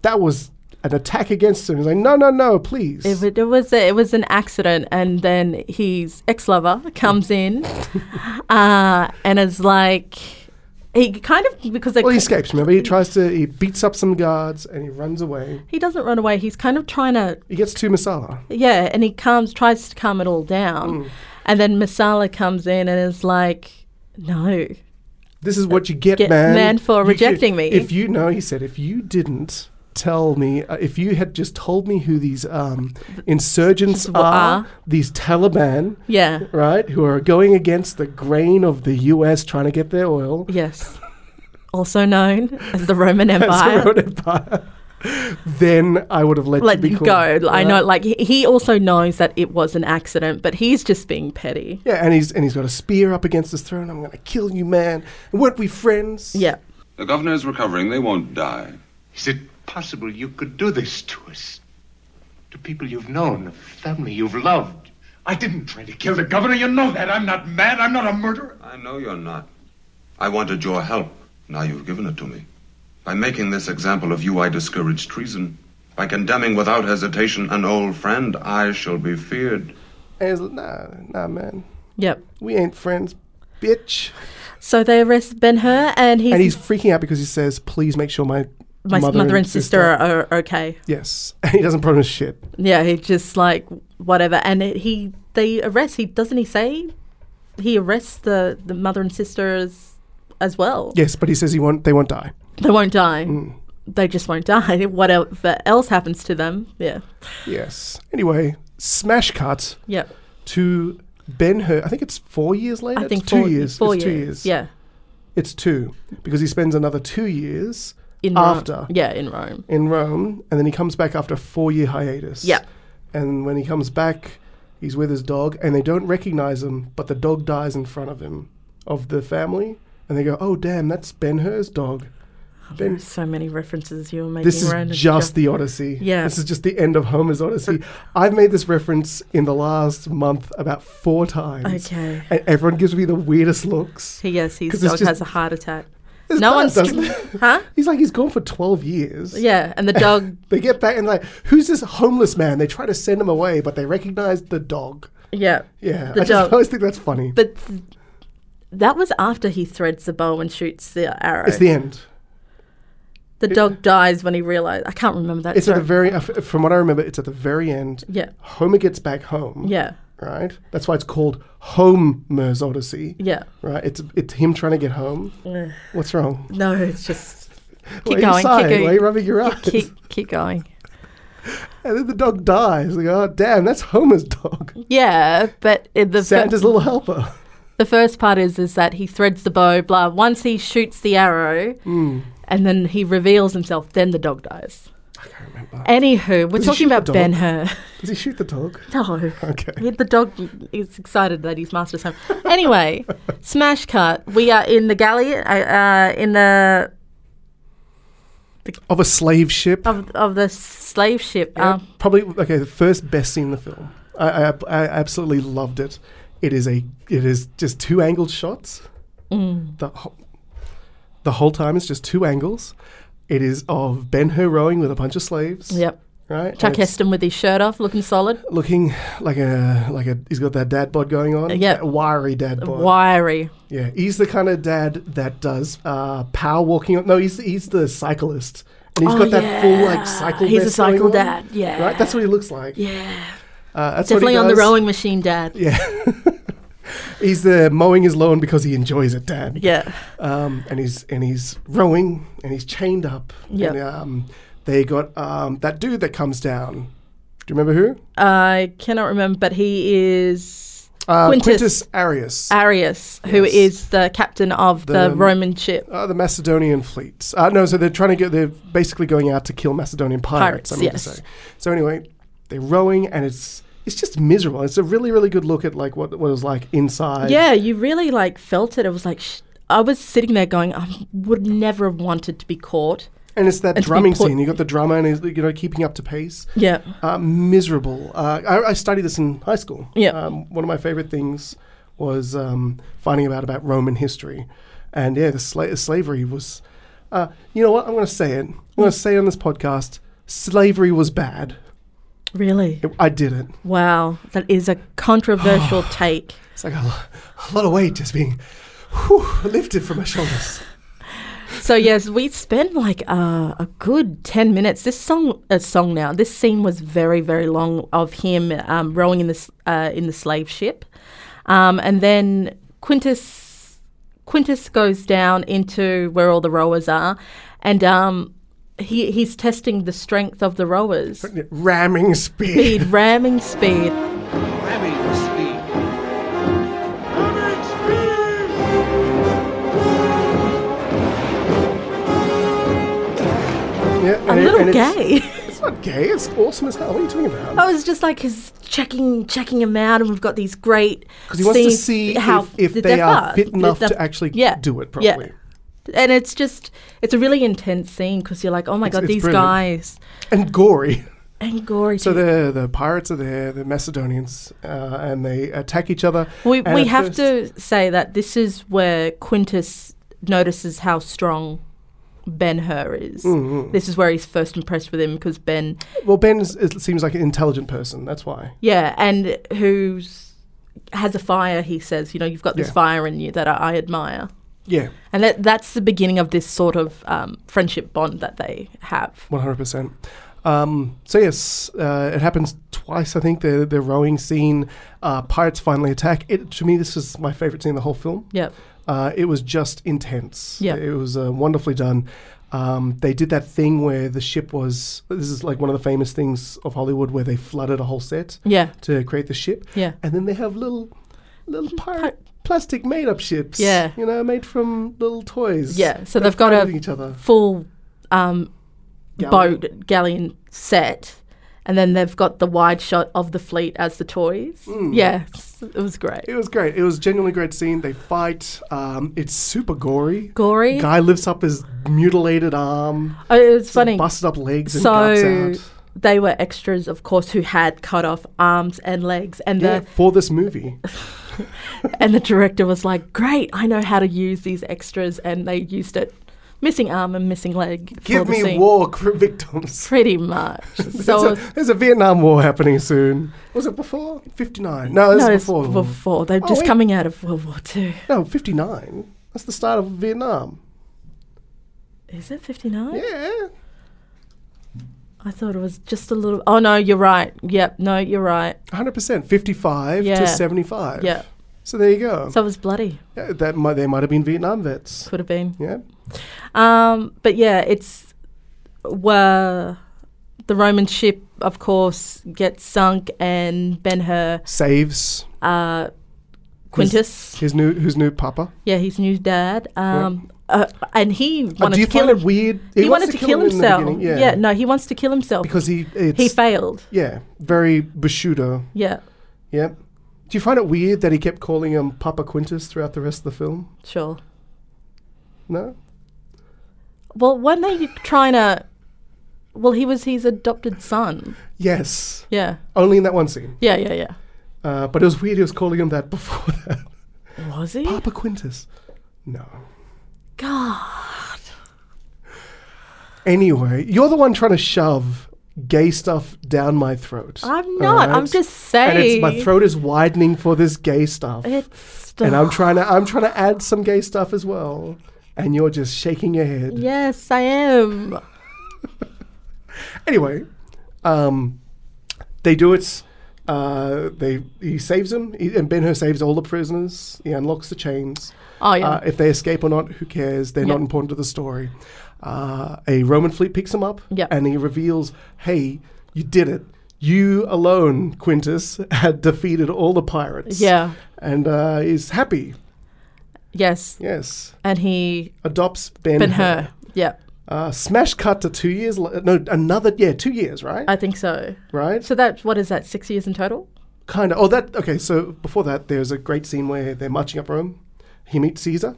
Speaker 2: that was an attack against him." He's like, "No, no, no, please."
Speaker 1: If it, it was a, it was an accident, and then his ex lover comes
Speaker 2: [LAUGHS]
Speaker 1: in, uh, and is like, he kind of because they
Speaker 2: well, he
Speaker 1: c-
Speaker 2: escapes. Remember, he tries to he beats up some guards and he runs away.
Speaker 1: he doesn't run away. He's kind of trying to
Speaker 2: He gets to Masala.
Speaker 1: yeah, and he comes tries to calm it all
Speaker 2: Mm.
Speaker 1: down, and then Masala comes in and is like, no,
Speaker 2: This is what you get,
Speaker 1: Get
Speaker 2: man.
Speaker 1: man for
Speaker 2: You
Speaker 1: rejecting me.
Speaker 2: If you know, he said, if you didn't tell me, uh, if you had just told me who these um, insurgents
Speaker 1: Wha-
Speaker 2: are,
Speaker 1: are.
Speaker 2: these Taliban,
Speaker 1: yeah,
Speaker 2: right, who are going against the grain of the U.S. trying to get their oil. [LAUGHS]
Speaker 1: yes, also known as the Roman
Speaker 2: as a
Speaker 1: Empire.
Speaker 2: road empire, Then I would have let,
Speaker 1: let
Speaker 2: you be
Speaker 1: you
Speaker 2: cool,
Speaker 1: go. I
Speaker 2: right?
Speaker 1: know, like he- he also knows that it was an accident, but he's just being petty.
Speaker 2: Yeah, and he's and he's got a spear up against his throne. I'm gonna kill you, man. And weren't we friends?
Speaker 1: Yeah.
Speaker 3: The governor is recovering. They won't die.
Speaker 8: Is it possible you could do this to us? To people you've known, a family you've loved. I didn't try to kill the governor. You know that. I'm not mad. I'm not a murderer.
Speaker 3: I know you're not. I wanted your help. Now you've given it to me. By making this example of you, I discourage treason. By condemning without hesitation an old friend, I shall be feared.
Speaker 2: And he's like, nah, nah, man.
Speaker 1: Yep.
Speaker 2: We ain't friends, bitch.
Speaker 1: So they arrest Ben Hur, and he's,
Speaker 2: and he's freaking out because he says, "Please make sure my,
Speaker 1: my mother, and sister are, are okay.
Speaker 2: Yes, [LAUGHS] and he doesn't promise shit.
Speaker 1: Yeah, he just like whatever, and it, he they arrest. He doesn't he say he arrests the the mother and sisters as well.
Speaker 2: Yes, but he says he won't. They won't die.
Speaker 1: They won't die.
Speaker 2: Mm.
Speaker 1: They just won't die. [LAUGHS] Whatever else happens to them. Yeah.
Speaker 2: Yes. Anyway, smash cut
Speaker 1: Yep.
Speaker 2: to Ben Hur. I think it's four years later.
Speaker 1: I think
Speaker 2: it's two
Speaker 1: four
Speaker 2: years.
Speaker 1: Four
Speaker 2: it's
Speaker 1: years.
Speaker 2: Two years.
Speaker 1: Yeah.
Speaker 2: it's two because he spends another two years
Speaker 1: In Rome.
Speaker 2: after
Speaker 1: Yeah, in Rome.
Speaker 2: in Rome, and then he comes back after a four-year hiatus.
Speaker 1: Yeah.
Speaker 2: And when he comes back, he's with his dog, and they don't recognize him, but the dog dies in front of him of the family, and they go, "Oh, damn, that's Ben Hur's dog." Ben,
Speaker 1: So many references you were making.
Speaker 2: this is
Speaker 1: around and
Speaker 2: just
Speaker 1: stuff.
Speaker 2: the Odyssey.
Speaker 1: Yeah.
Speaker 2: This is just the end of Homer's Odyssey. I've made this reference in the last month about four times.
Speaker 1: Okay.
Speaker 2: And everyone gives me the weirdest looks.
Speaker 1: He- yes, his
Speaker 2: 'Cause it's
Speaker 1: dog
Speaker 2: just-
Speaker 1: has a heart attack.
Speaker 2: His
Speaker 1: No
Speaker 2: dad
Speaker 1: one's
Speaker 2: doesn't-
Speaker 1: huh?
Speaker 2: He's like he's gone for twelve years.
Speaker 1: Yeah, and the
Speaker 2: [LAUGHS]
Speaker 1: dog.
Speaker 2: They get back and like, who's this homeless man? They try to send him away, but they recognize the dog.
Speaker 1: Yeah.
Speaker 2: Yeah,
Speaker 1: The
Speaker 2: I
Speaker 1: dog.
Speaker 2: just always think that's funny.
Speaker 1: But th- that was after he threads the bow and shoots the arrow.
Speaker 2: it's the end.
Speaker 1: the dog dies when he realized. I can't remember that.
Speaker 2: It's at the
Speaker 1: story.
Speaker 2: very, uh, f- from what I remember, it's at the very end.
Speaker 1: Yeah.
Speaker 2: Homer gets back home.
Speaker 1: yeah,
Speaker 2: Right. That's why it's called Homer's Odyssey.
Speaker 1: yeah.
Speaker 2: Right. It's it's him trying to get home. What's wrong?
Speaker 1: No, it's just
Speaker 2: Why
Speaker 1: keep
Speaker 2: are you
Speaker 1: going,
Speaker 2: sighing?
Speaker 1: keep
Speaker 2: Why are you
Speaker 1: going,
Speaker 2: rubbing your eyes?
Speaker 1: keep keep going.
Speaker 2: [LAUGHS] And then the dog dies. Like, oh damn, that's Homer's dog.
Speaker 1: Yeah, but it, the fir-
Speaker 2: Santa's little helper.
Speaker 1: the first part is is that he threads the bow, blah. Once he shoots the arrow,
Speaker 2: Hmm.
Speaker 1: and then he reveals himself, then the dog dies.
Speaker 2: I can't remember.
Speaker 1: Anywho, we're
Speaker 2: Does he
Speaker 1: talking
Speaker 2: shoot the
Speaker 1: about
Speaker 2: dog?
Speaker 1: Ben
Speaker 2: [LAUGHS]
Speaker 1: Hur.
Speaker 2: Does he shoot the dog?
Speaker 1: No.
Speaker 2: Okay.
Speaker 1: Yeah, The dog is excited that his master's home. Anyway, smash cut. We are in the galley, uh, uh, in the
Speaker 2: Of a slave ship.
Speaker 1: of, of the slave ship.
Speaker 2: Yeah,
Speaker 1: Um,
Speaker 2: probably okay. The first best scene in the film. I, I, I absolutely loved it. It is a it is just two angled shots.
Speaker 1: Mm.
Speaker 2: The ho- the whole time it's just two angles. It is of Ben Hur rowing with a bunch of slaves.
Speaker 1: yep.
Speaker 2: Right. and
Speaker 1: Chuck
Speaker 2: it's
Speaker 1: Heston with his shirt off, looking solid,
Speaker 2: looking like a like a he's got that dad bod going on.
Speaker 1: yeah.
Speaker 2: That Wiry dad bod.
Speaker 1: wiry.
Speaker 2: Yeah, he's the kind of dad that does uh, power walking. on- No, he's he's the cyclist, and he's got that full like cycle.
Speaker 1: Oh, He's a
Speaker 2: vest going
Speaker 1: cycle
Speaker 2: on,
Speaker 1: dad, yeah.
Speaker 2: right. That's what he looks like. Yeah, uh, that's what he
Speaker 1: Definitely on the
Speaker 2: does.
Speaker 1: rowing machine, Dad. Yeah.
Speaker 2: He's the mowing his lawn because he enjoys it, dad. um, and he's and he's rowing and he's chained up.
Speaker 1: Yeah.
Speaker 2: and, um, they got um, that dude that comes down. Do you remember who?
Speaker 1: I cannot remember, but he is
Speaker 2: Uh,
Speaker 1: Quintus.
Speaker 2: Quintus Arius,
Speaker 1: Arius, who
Speaker 2: Yes.
Speaker 1: is the captain of the,
Speaker 2: The-
Speaker 1: Roman ship.
Speaker 2: uh, the Macedonian fleets. Uh, no, so they're trying to get. They're basically going out to kill Macedonian pirates.
Speaker 1: Pirates,
Speaker 2: I mean
Speaker 1: yes.
Speaker 2: to say. So anyway, they're rowing, and it's it's just miserable. It's a really really good look at like what what it was like inside.
Speaker 1: Yeah, you really like felt it. It was like sh- I was sitting there going, I would never have wanted to be caught.
Speaker 2: And it's that
Speaker 1: And to be
Speaker 2: drumming
Speaker 1: put-
Speaker 2: scene. You got the drummer, and he's you know keeping up to pace.
Speaker 1: Yeah.
Speaker 2: Uh, miserable. Uh, I, I studied this in high school.
Speaker 1: Yeah.
Speaker 2: Um, one of my favorite things was um, finding out about Roman history, and yeah, the sla- slavery was. Uh, you know what? I'm going to say it. I'm going
Speaker 1: Mm.
Speaker 2: to say on this podcast, slavery was bad.
Speaker 1: Really?
Speaker 2: It- I did it.
Speaker 1: Wow, that is a controversial take.
Speaker 2: It's like a, lo- a lot of weight just being whew, lifted from my shoulders.
Speaker 1: So yes, we spent like uh, a good ten minutes. This song, a song now. This scene was very, very long of him um, rowing in this uh, in the slave ship, um, and then Quintus Quintus goes down into where all the rowers are, and um, he he's testing the strength of the rowers.
Speaker 2: Ramming speed.
Speaker 1: Speed, ramming speed.
Speaker 2: Yeah, and
Speaker 1: A
Speaker 2: it-
Speaker 1: little
Speaker 2: and it's-
Speaker 1: gay. [LAUGHS] Oh,
Speaker 2: It's not gay. It's awesome as hell. What are you talking about?
Speaker 1: I was just like, he's checking checking him out, and we've got these great.
Speaker 2: Because he wants to see if, if they are fit enough to actually do it properly.
Speaker 1: And it's just, it's a really intense scene because you're like, oh my god,
Speaker 2: it's
Speaker 1: these
Speaker 2: brilliant.
Speaker 1: guys
Speaker 2: And gory.
Speaker 1: and gory.
Speaker 2: So
Speaker 1: too.
Speaker 2: the the pirates are there, the Macedonians, uh, and they attack each other.
Speaker 1: we
Speaker 2: And
Speaker 1: we
Speaker 2: at
Speaker 1: have
Speaker 2: first-
Speaker 1: to say that this is where Quintus notices how strong Ben Hur is.
Speaker 2: Mm-hmm.
Speaker 1: This is where he's first impressed with him because Ben
Speaker 2: Well, Ben is, it seems like an intelligent person. That's why.
Speaker 1: Yeah, and who's has a fire? He says, you know, you've got this
Speaker 2: Yeah.
Speaker 1: fire in you that I, I admire,
Speaker 2: Yeah,
Speaker 1: and that that's the beginning of this sort of um, friendship bond that they have.
Speaker 2: one hundred percent. Um, so yes, uh, it happens twice. I think the the rowing scene, uh, pirates finally attack. It to me, this is my favorite scene in the whole film.
Speaker 1: Yep.
Speaker 2: Uh, it was just intense.
Speaker 1: Yeah.
Speaker 2: It was uh, wonderfully done. Um, they did that thing where the ship was. This is like one of the famous things of Hollywood where they flooded a whole set
Speaker 1: Yeah.
Speaker 2: to create the ship.
Speaker 1: Yeah.
Speaker 2: And then they have little, little pirate plastic made up ships.
Speaker 1: Yeah.
Speaker 2: You know, made from little toys.
Speaker 1: Yeah. So
Speaker 2: They're
Speaker 1: they've got a
Speaker 2: fighting each other.
Speaker 1: full um,
Speaker 2: Galley.
Speaker 1: boat galleon set, and then they've got the wide shot of the fleet as the toys. Yeah, it's- it was great.
Speaker 2: Hmm. It was great. It was genuinely great scene. They fight. Um, it's super gory.
Speaker 1: Gory.
Speaker 2: Guy lifts up his mutilated arm,
Speaker 1: Oh, it was funny.
Speaker 2: busted up legs, and
Speaker 1: so
Speaker 2: guts out.
Speaker 1: they were extras, of course, who had cut off arms and legs, and
Speaker 2: Yeah,
Speaker 1: the
Speaker 2: for this
Speaker 1: [LAUGHS]
Speaker 2: movie.
Speaker 1: And the director was like, "Great, I know how to use these extras," and they used it, missing arm and missing leg.
Speaker 2: Give
Speaker 1: for the
Speaker 2: me
Speaker 1: scene.
Speaker 2: war cr- victims.
Speaker 1: Pretty
Speaker 2: [LAUGHS]
Speaker 1: much. So
Speaker 2: there's, a, there's a Vietnam War happening soon. Was it before? 59. No,
Speaker 1: no,
Speaker 2: that's
Speaker 1: it's
Speaker 2: before.
Speaker 1: before. They're
Speaker 2: Oh,
Speaker 1: just
Speaker 2: wait.
Speaker 1: coming out of World War Two.
Speaker 2: No, 59. That's the start of Vietnam.
Speaker 1: Is it fifty nine?
Speaker 2: Yeah.
Speaker 1: I thought it was just a little. Oh no, you're right. Yep. No, you're right.
Speaker 2: 100%. 55
Speaker 1: Yeah.
Speaker 2: to 75.
Speaker 1: Yeah.
Speaker 2: So there you go.
Speaker 1: So it was bloody.
Speaker 2: Yeah, that might, they might have been Vietnam vets.
Speaker 1: Could have been.
Speaker 2: Yeah.
Speaker 1: Um, but yeah, it's were the Roman ship, of course, gets sunk, and Ben Hur
Speaker 2: Saves.
Speaker 1: uh, Quintus.
Speaker 2: His new, who's new papa?
Speaker 1: yeah, his new dad. Um, uh, and he
Speaker 2: Uh,
Speaker 1: wanted
Speaker 2: do you
Speaker 1: to kill
Speaker 2: find
Speaker 1: him.
Speaker 2: it weird?
Speaker 1: He,
Speaker 2: wants
Speaker 1: wanted to kill
Speaker 2: him in the
Speaker 1: himself.
Speaker 2: beginning,
Speaker 1: Yeah. no, he wants to kill himself
Speaker 2: because he it's,
Speaker 1: he failed.
Speaker 2: yeah, very Bushido.
Speaker 1: Yeah,
Speaker 2: Yep. Do you find it weird that he kept calling him Papa Quintus throughout the rest of the film?
Speaker 1: sure.
Speaker 2: No.
Speaker 1: Well, weren't they trying to? Well, he was his adopted son.
Speaker 2: Yes.
Speaker 1: Yeah,
Speaker 2: Only in that one scene.
Speaker 1: yeah, yeah, yeah.
Speaker 2: Uh, but it was weird he was calling him that [LAUGHS] before that.
Speaker 1: Was he?
Speaker 2: Papa Quintus. No.
Speaker 1: God.
Speaker 2: Anyway, you're the one trying to shove gay stuff down my throat.
Speaker 1: I'm
Speaker 2: all
Speaker 1: not. I'm
Speaker 2: right?
Speaker 1: just
Speaker 2: And it's,
Speaker 1: saying.
Speaker 2: my throat is widening for this gay stuff.
Speaker 1: It's
Speaker 2: and I'm trying to I'm trying to add some gay stuff as well. And you're just shaking your head.
Speaker 1: yes, I am.
Speaker 2: Anyway, um, they do it. Uh, they he saves him, he, and Ben Hur saves all the prisoners. He unlocks the chains.
Speaker 1: Oh, yeah.
Speaker 2: Uh, if they escape or not, who cares? They're not
Speaker 1: Yeah.
Speaker 2: important to the story. Uh, a Roman fleet picks him up,
Speaker 1: Yeah.
Speaker 2: and he reveals, "Hey, you did it." You alone, Quintus, [LAUGHS] had defeated all the pirates.
Speaker 1: Yeah.
Speaker 2: And uh, is happy,
Speaker 1: Yes,
Speaker 2: yes.
Speaker 1: and he
Speaker 2: Adopts Ben,
Speaker 1: been her. Yeah,
Speaker 2: Uh, smash cut to two years. la- No, another, yeah, two years, right?
Speaker 1: I think so.
Speaker 2: right?
Speaker 1: So that what is that? Six years in total.
Speaker 2: Kind of. Oh, that. Okay, so before that, there's a great scene where they're marching up Rome. He meets Caesar.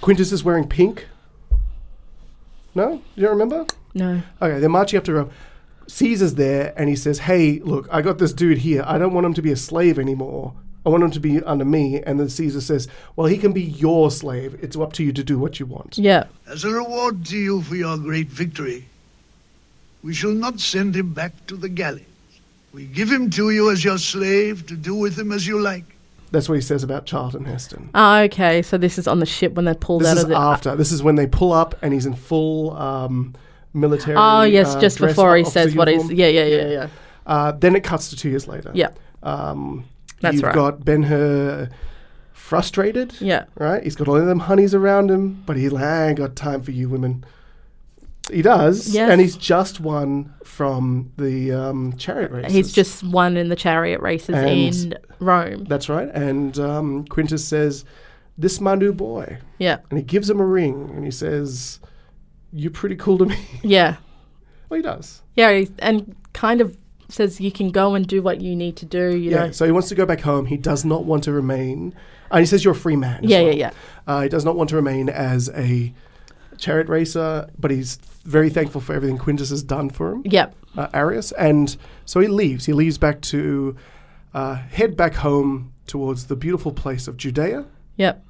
Speaker 2: Quintus is wearing pink. No? You don't remember?
Speaker 1: No.
Speaker 2: Okay, they're marching up to Rome. Caesar's there and he says, Hey, look, I got this dude here. I don't want him to be a slave anymore. I want him to be under me. And then Caesar says, Well, he can be your slave. It's up to you to do what you want.
Speaker 1: Yeah.
Speaker 9: As a reward to you for your great victory, we shall not send him back to the galleys. We give him to you as your slave to do with him as you like.
Speaker 2: That's what he says about Charlton Heston.
Speaker 1: Ah, okay. So this is on the ship when they pulled
Speaker 2: This
Speaker 1: out
Speaker 2: is
Speaker 1: of the. uh,
Speaker 2: after. This is when they pull up and he's in full um, military.
Speaker 1: oh yes,
Speaker 2: uh,
Speaker 1: just
Speaker 2: dress,
Speaker 1: before he
Speaker 2: officer
Speaker 1: says what he's.
Speaker 2: uniform.
Speaker 1: Yeah, yeah, yeah, yeah.
Speaker 2: Uh, then it cuts to two years later.
Speaker 1: Yeah.
Speaker 2: Um,
Speaker 1: That's
Speaker 2: you've
Speaker 1: right.
Speaker 2: got Ben Hur frustrated.
Speaker 1: Yeah.
Speaker 2: Right. He's got all of them honeys around him, but he's like, I ain't got time for you women. He does,
Speaker 1: Yes.
Speaker 2: and he's just won from the um, chariot races.
Speaker 1: He's just won in the chariot races
Speaker 2: And-
Speaker 1: in Rome.
Speaker 2: that's right. And um, Quintus says, "This my new boy,"
Speaker 1: yeah.
Speaker 2: and he gives him a ring, and he says, "You're pretty cool to me."
Speaker 1: Yeah.
Speaker 2: well, he does.
Speaker 1: Yeah. he- And kind of says you can go and do what you need to do. You
Speaker 2: Yeah.
Speaker 1: know.
Speaker 2: So he wants to go back home. He does not want to remain. And he says, "You're a free man." as
Speaker 1: Yeah, yeah,
Speaker 2: well.
Speaker 1: yeah.
Speaker 2: Uh, he does not want to remain as a chariot racer, but he's very thankful for everything Quintus has done for him.
Speaker 1: Yep.
Speaker 2: Uh, Arius, and so he leaves. He leaves back to uh, head back home towards the beautiful place of Judea.
Speaker 1: Yep.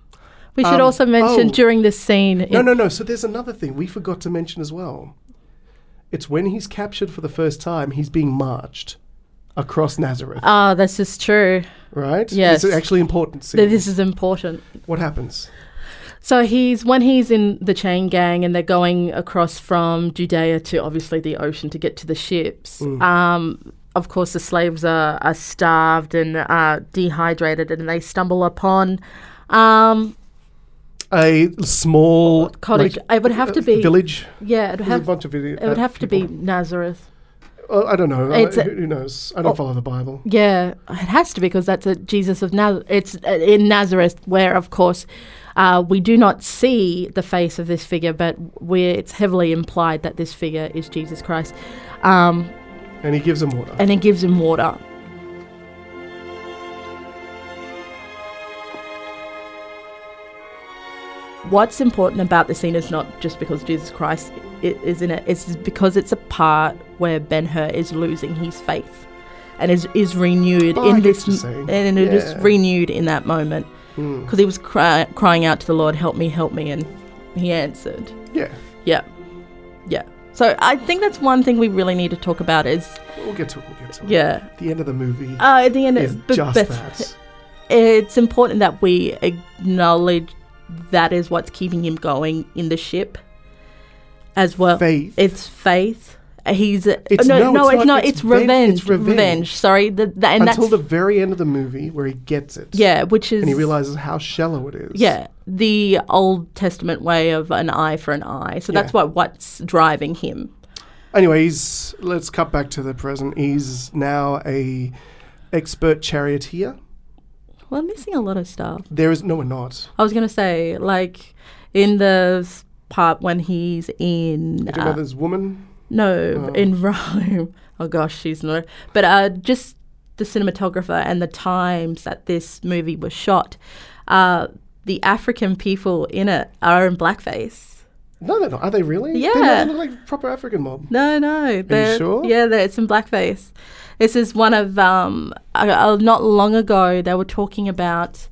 Speaker 1: We should
Speaker 2: Um,
Speaker 1: also mention
Speaker 2: oh.
Speaker 1: during this scene.
Speaker 2: No,
Speaker 1: it-
Speaker 2: no, no. So there's another thing we forgot to mention as well. It's when he's captured for the first time, he's being marched across Nazareth,
Speaker 1: Ah, this is true.
Speaker 2: right?
Speaker 1: yes.
Speaker 2: It's actually important.
Speaker 1: Th-
Speaker 2: Scene.
Speaker 1: This is important.
Speaker 2: what happens?
Speaker 1: So he's when he's in the chain gang and they're going across from Judea to obviously the ocean to get to the ships.
Speaker 2: Mm.
Speaker 1: Um, of course, the slaves are, are starved and uh, dehydrated, and they stumble upon um,
Speaker 2: A small
Speaker 1: cottage.
Speaker 2: like,
Speaker 1: it would have to
Speaker 2: uh,
Speaker 1: be
Speaker 2: village.
Speaker 1: Yeah, it would
Speaker 2: There's
Speaker 1: have.
Speaker 2: a bunch of uh, video.
Speaker 1: it would have to be Nazareth.
Speaker 2: Oh, I don't know. I-
Speaker 1: It's a- Oh.
Speaker 2: who, who knows? I don't follow the Bible.
Speaker 1: Yeah, it has to because that's a Jesus of Nazareth. It's uh, in Nazareth, where of course uh, we do not see the face of this figure, but we're, it's heavily implied that this figure is Jesus Christ. Um,
Speaker 2: And he gives him water.
Speaker 1: and it gives him water. What's important about the scene is not just because Jesus Christ i- is in it, it's because it's a part where Ben Hur is losing his faith and is, is renewed
Speaker 2: Oh, I
Speaker 1: in
Speaker 2: get
Speaker 1: this
Speaker 2: what
Speaker 1: m-
Speaker 2: you're saying.
Speaker 1: and it is
Speaker 2: Yeah. Hmm.
Speaker 1: renewed in that moment because he was cry, crying out to the Lord, "Help me, help me," and he answered.
Speaker 2: yeah,
Speaker 1: Yeah, yeah. So I think that's one thing we really need to talk about is
Speaker 2: we'll get to it. We'll get to it.
Speaker 1: yeah,
Speaker 2: The end of the movie
Speaker 1: uh, at the end,
Speaker 2: is
Speaker 1: it's, but,
Speaker 2: just
Speaker 1: but
Speaker 2: that.
Speaker 1: it's important that we acknowledge that is what's keeping him going in the ship as well.
Speaker 2: Faith.
Speaker 1: It's faith. He's a,
Speaker 2: It's-
Speaker 1: no,
Speaker 2: no, it's
Speaker 1: it's
Speaker 2: not.
Speaker 1: not.
Speaker 2: It's
Speaker 1: It's,
Speaker 2: ven-
Speaker 1: revenge.
Speaker 2: it's revenge.
Speaker 1: Sorry, the, the, and
Speaker 2: Until the
Speaker 1: that's
Speaker 2: very end of the movie where he gets it.
Speaker 1: yeah, which is
Speaker 2: And he realizes how shallow it is.
Speaker 1: yeah the Old Testament way of an eye for an eye. So that's
Speaker 2: Yeah.
Speaker 1: what what's driving him.
Speaker 2: Anyways, let's cut back to the present. He's now a expert charioteer.
Speaker 1: We're missing a lot of stuff.
Speaker 2: There is no, we're not.
Speaker 1: I was going to say, like, in the s- part when he's in.
Speaker 2: Do you
Speaker 1: uh,
Speaker 2: remember this woman?
Speaker 1: No, in [LAUGHS] Rome. Oh gosh, she's not. But uh, just the cinematographer and the times that this movie was shot, uh, the African people in it are in blackface.
Speaker 2: No, they're not. Are they really? They
Speaker 1: Yeah.
Speaker 2: not they look like proper African mob.
Speaker 1: No, no. Are
Speaker 2: sure?
Speaker 1: Yeah, they're, it's in blackface. This is one of um, uh, uh, not long ago they were talking about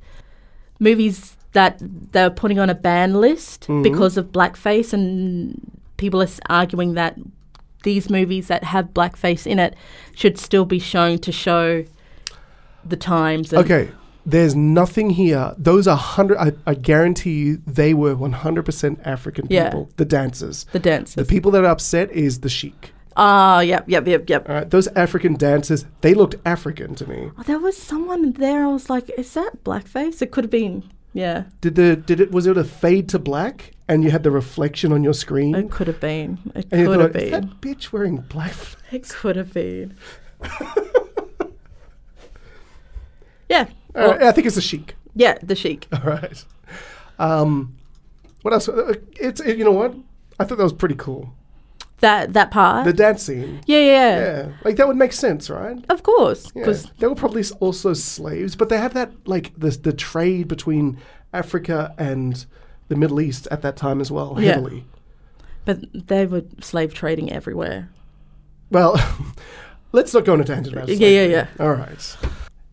Speaker 1: movies that they're putting on a ban list
Speaker 2: Mm-hmm.
Speaker 1: because of blackface, and people are s- arguing that these movies that have blackface in it should still be shown to show the times. And
Speaker 2: Okay, there's nothing here. Those are hundred. I, I guarantee you, they were 100% African
Speaker 1: Yeah.
Speaker 2: people. The dancers.
Speaker 1: The
Speaker 2: The
Speaker 1: dancers.
Speaker 2: people that are upset is the sheik.
Speaker 1: Ah, yep, yep, yep, yep.
Speaker 2: All right, those African dancers, they looked African to me.
Speaker 1: Oh, there was someone there. I was like, is that blackface? It could have been. Yeah,
Speaker 2: Did the did it was it a fade to black and you had the reflection on your screen?
Speaker 1: it could have been. It
Speaker 2: and you
Speaker 1: could have
Speaker 2: thought,
Speaker 1: been.
Speaker 2: is that bitch wearing black? f-"
Speaker 1: It could have
Speaker 2: [LAUGHS]
Speaker 1: been. yeah. [LAUGHS]
Speaker 2: All
Speaker 1: Well,
Speaker 2: right, I think it's the sheik. [LAUGHS]
Speaker 1: yeah, the chic.
Speaker 2: All right. Um, what else? Uh, It's it, you know what? I thought that was pretty cool.
Speaker 1: That that part.
Speaker 2: The dance scene.
Speaker 1: yeah, yeah,
Speaker 2: Yeah, like that would make sense, right?
Speaker 1: Of course,
Speaker 2: Yeah.
Speaker 1: 'cause-
Speaker 2: They were probably s- also slaves, but they had that like the the trade between Africa and the Middle East at that time as well,
Speaker 1: Yeah.
Speaker 2: heavily.
Speaker 1: but they were slave trading everywhere.
Speaker 2: Well, [LAUGHS] let's not go on a tangent about
Speaker 1: Yeah,
Speaker 2: slavery.
Speaker 1: yeah, yeah.
Speaker 2: All right.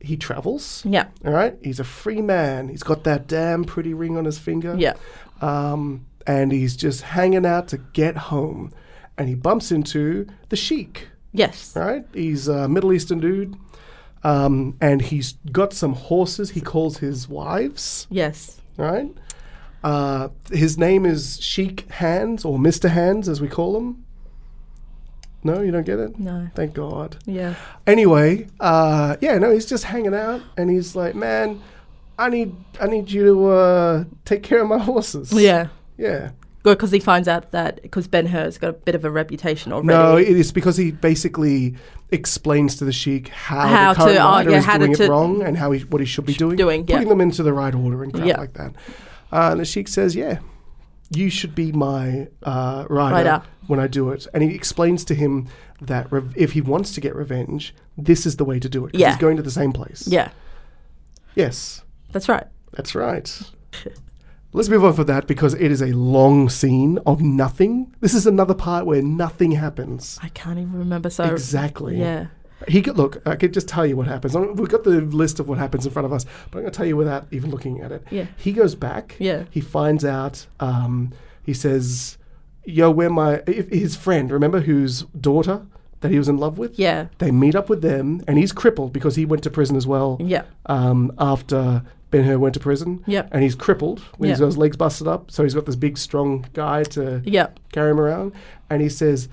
Speaker 2: He travels.
Speaker 1: Yeah.
Speaker 2: All right. He's a free man. He's got that damn pretty ring on his finger.
Speaker 1: Yeah.
Speaker 2: Um, and he's just hanging out to get home, and he bumps into the sheik.
Speaker 1: Yes.
Speaker 2: All right. He's a Middle Eastern dude. Um, and he's got some horses he calls his wives,
Speaker 1: Yes.
Speaker 2: all right? Uh, his name is Sheik Hands, or Mr. Hands, as we call him. No, you don't get it?
Speaker 1: No.
Speaker 2: Thank God.
Speaker 1: Yeah.
Speaker 2: Anyway, uh, yeah, no, he's just hanging out, and he's like, "Man, I need, I need you to uh, take care of my horses."
Speaker 1: Yeah.
Speaker 2: yeah.
Speaker 1: Good, because he finds out that because Ben Hur's got a bit of a reputation already.
Speaker 2: No, it is because he basically explains to the sheik how,
Speaker 1: How
Speaker 2: the current
Speaker 1: to- oh,
Speaker 2: rider
Speaker 1: yeah,
Speaker 2: is
Speaker 1: how to-
Speaker 2: doing it
Speaker 1: to-
Speaker 2: wrong and how he, what he should be doing,
Speaker 1: doing, yeah.
Speaker 2: putting them into the right order and crap
Speaker 1: Yeah.
Speaker 2: like that. Uh, and the sheik says, "Yeah, you should be my uh, rider,
Speaker 1: Rider.
Speaker 2: when I do it." And he explains to him that rev- if he wants to get revenge, this is the way to do it. 'cause
Speaker 1: Yeah.
Speaker 2: he's going to the same place.
Speaker 1: yeah,
Speaker 2: Yes.
Speaker 1: that's right.
Speaker 2: That's right. Let's move on from that because it is a long scene of nothing. This is another part where nothing happens.
Speaker 1: I can't even remember. So
Speaker 2: Exactly.
Speaker 1: Yeah.
Speaker 2: He could look. I could just tell you what happens. I mean, We've got the list of what happens in front of us, but I'm going to tell you without even looking at it.
Speaker 1: Yeah.
Speaker 2: He goes back.
Speaker 1: Yeah.
Speaker 2: He finds out. Um, he says, "Yo, where my if, his friend? Remember whose daughter that he was in love with?
Speaker 1: Yeah.
Speaker 2: They meet up with them, and he's crippled because he went to prison as well.
Speaker 1: Yeah.
Speaker 2: Um, after Ben Hur went to prison.
Speaker 1: Yep.
Speaker 2: And he's crippled. When He's
Speaker 1: Yeah.
Speaker 2: got his legs busted up, so he's got this big, strong guy to
Speaker 1: Yeah.
Speaker 2: carry him around. And he says,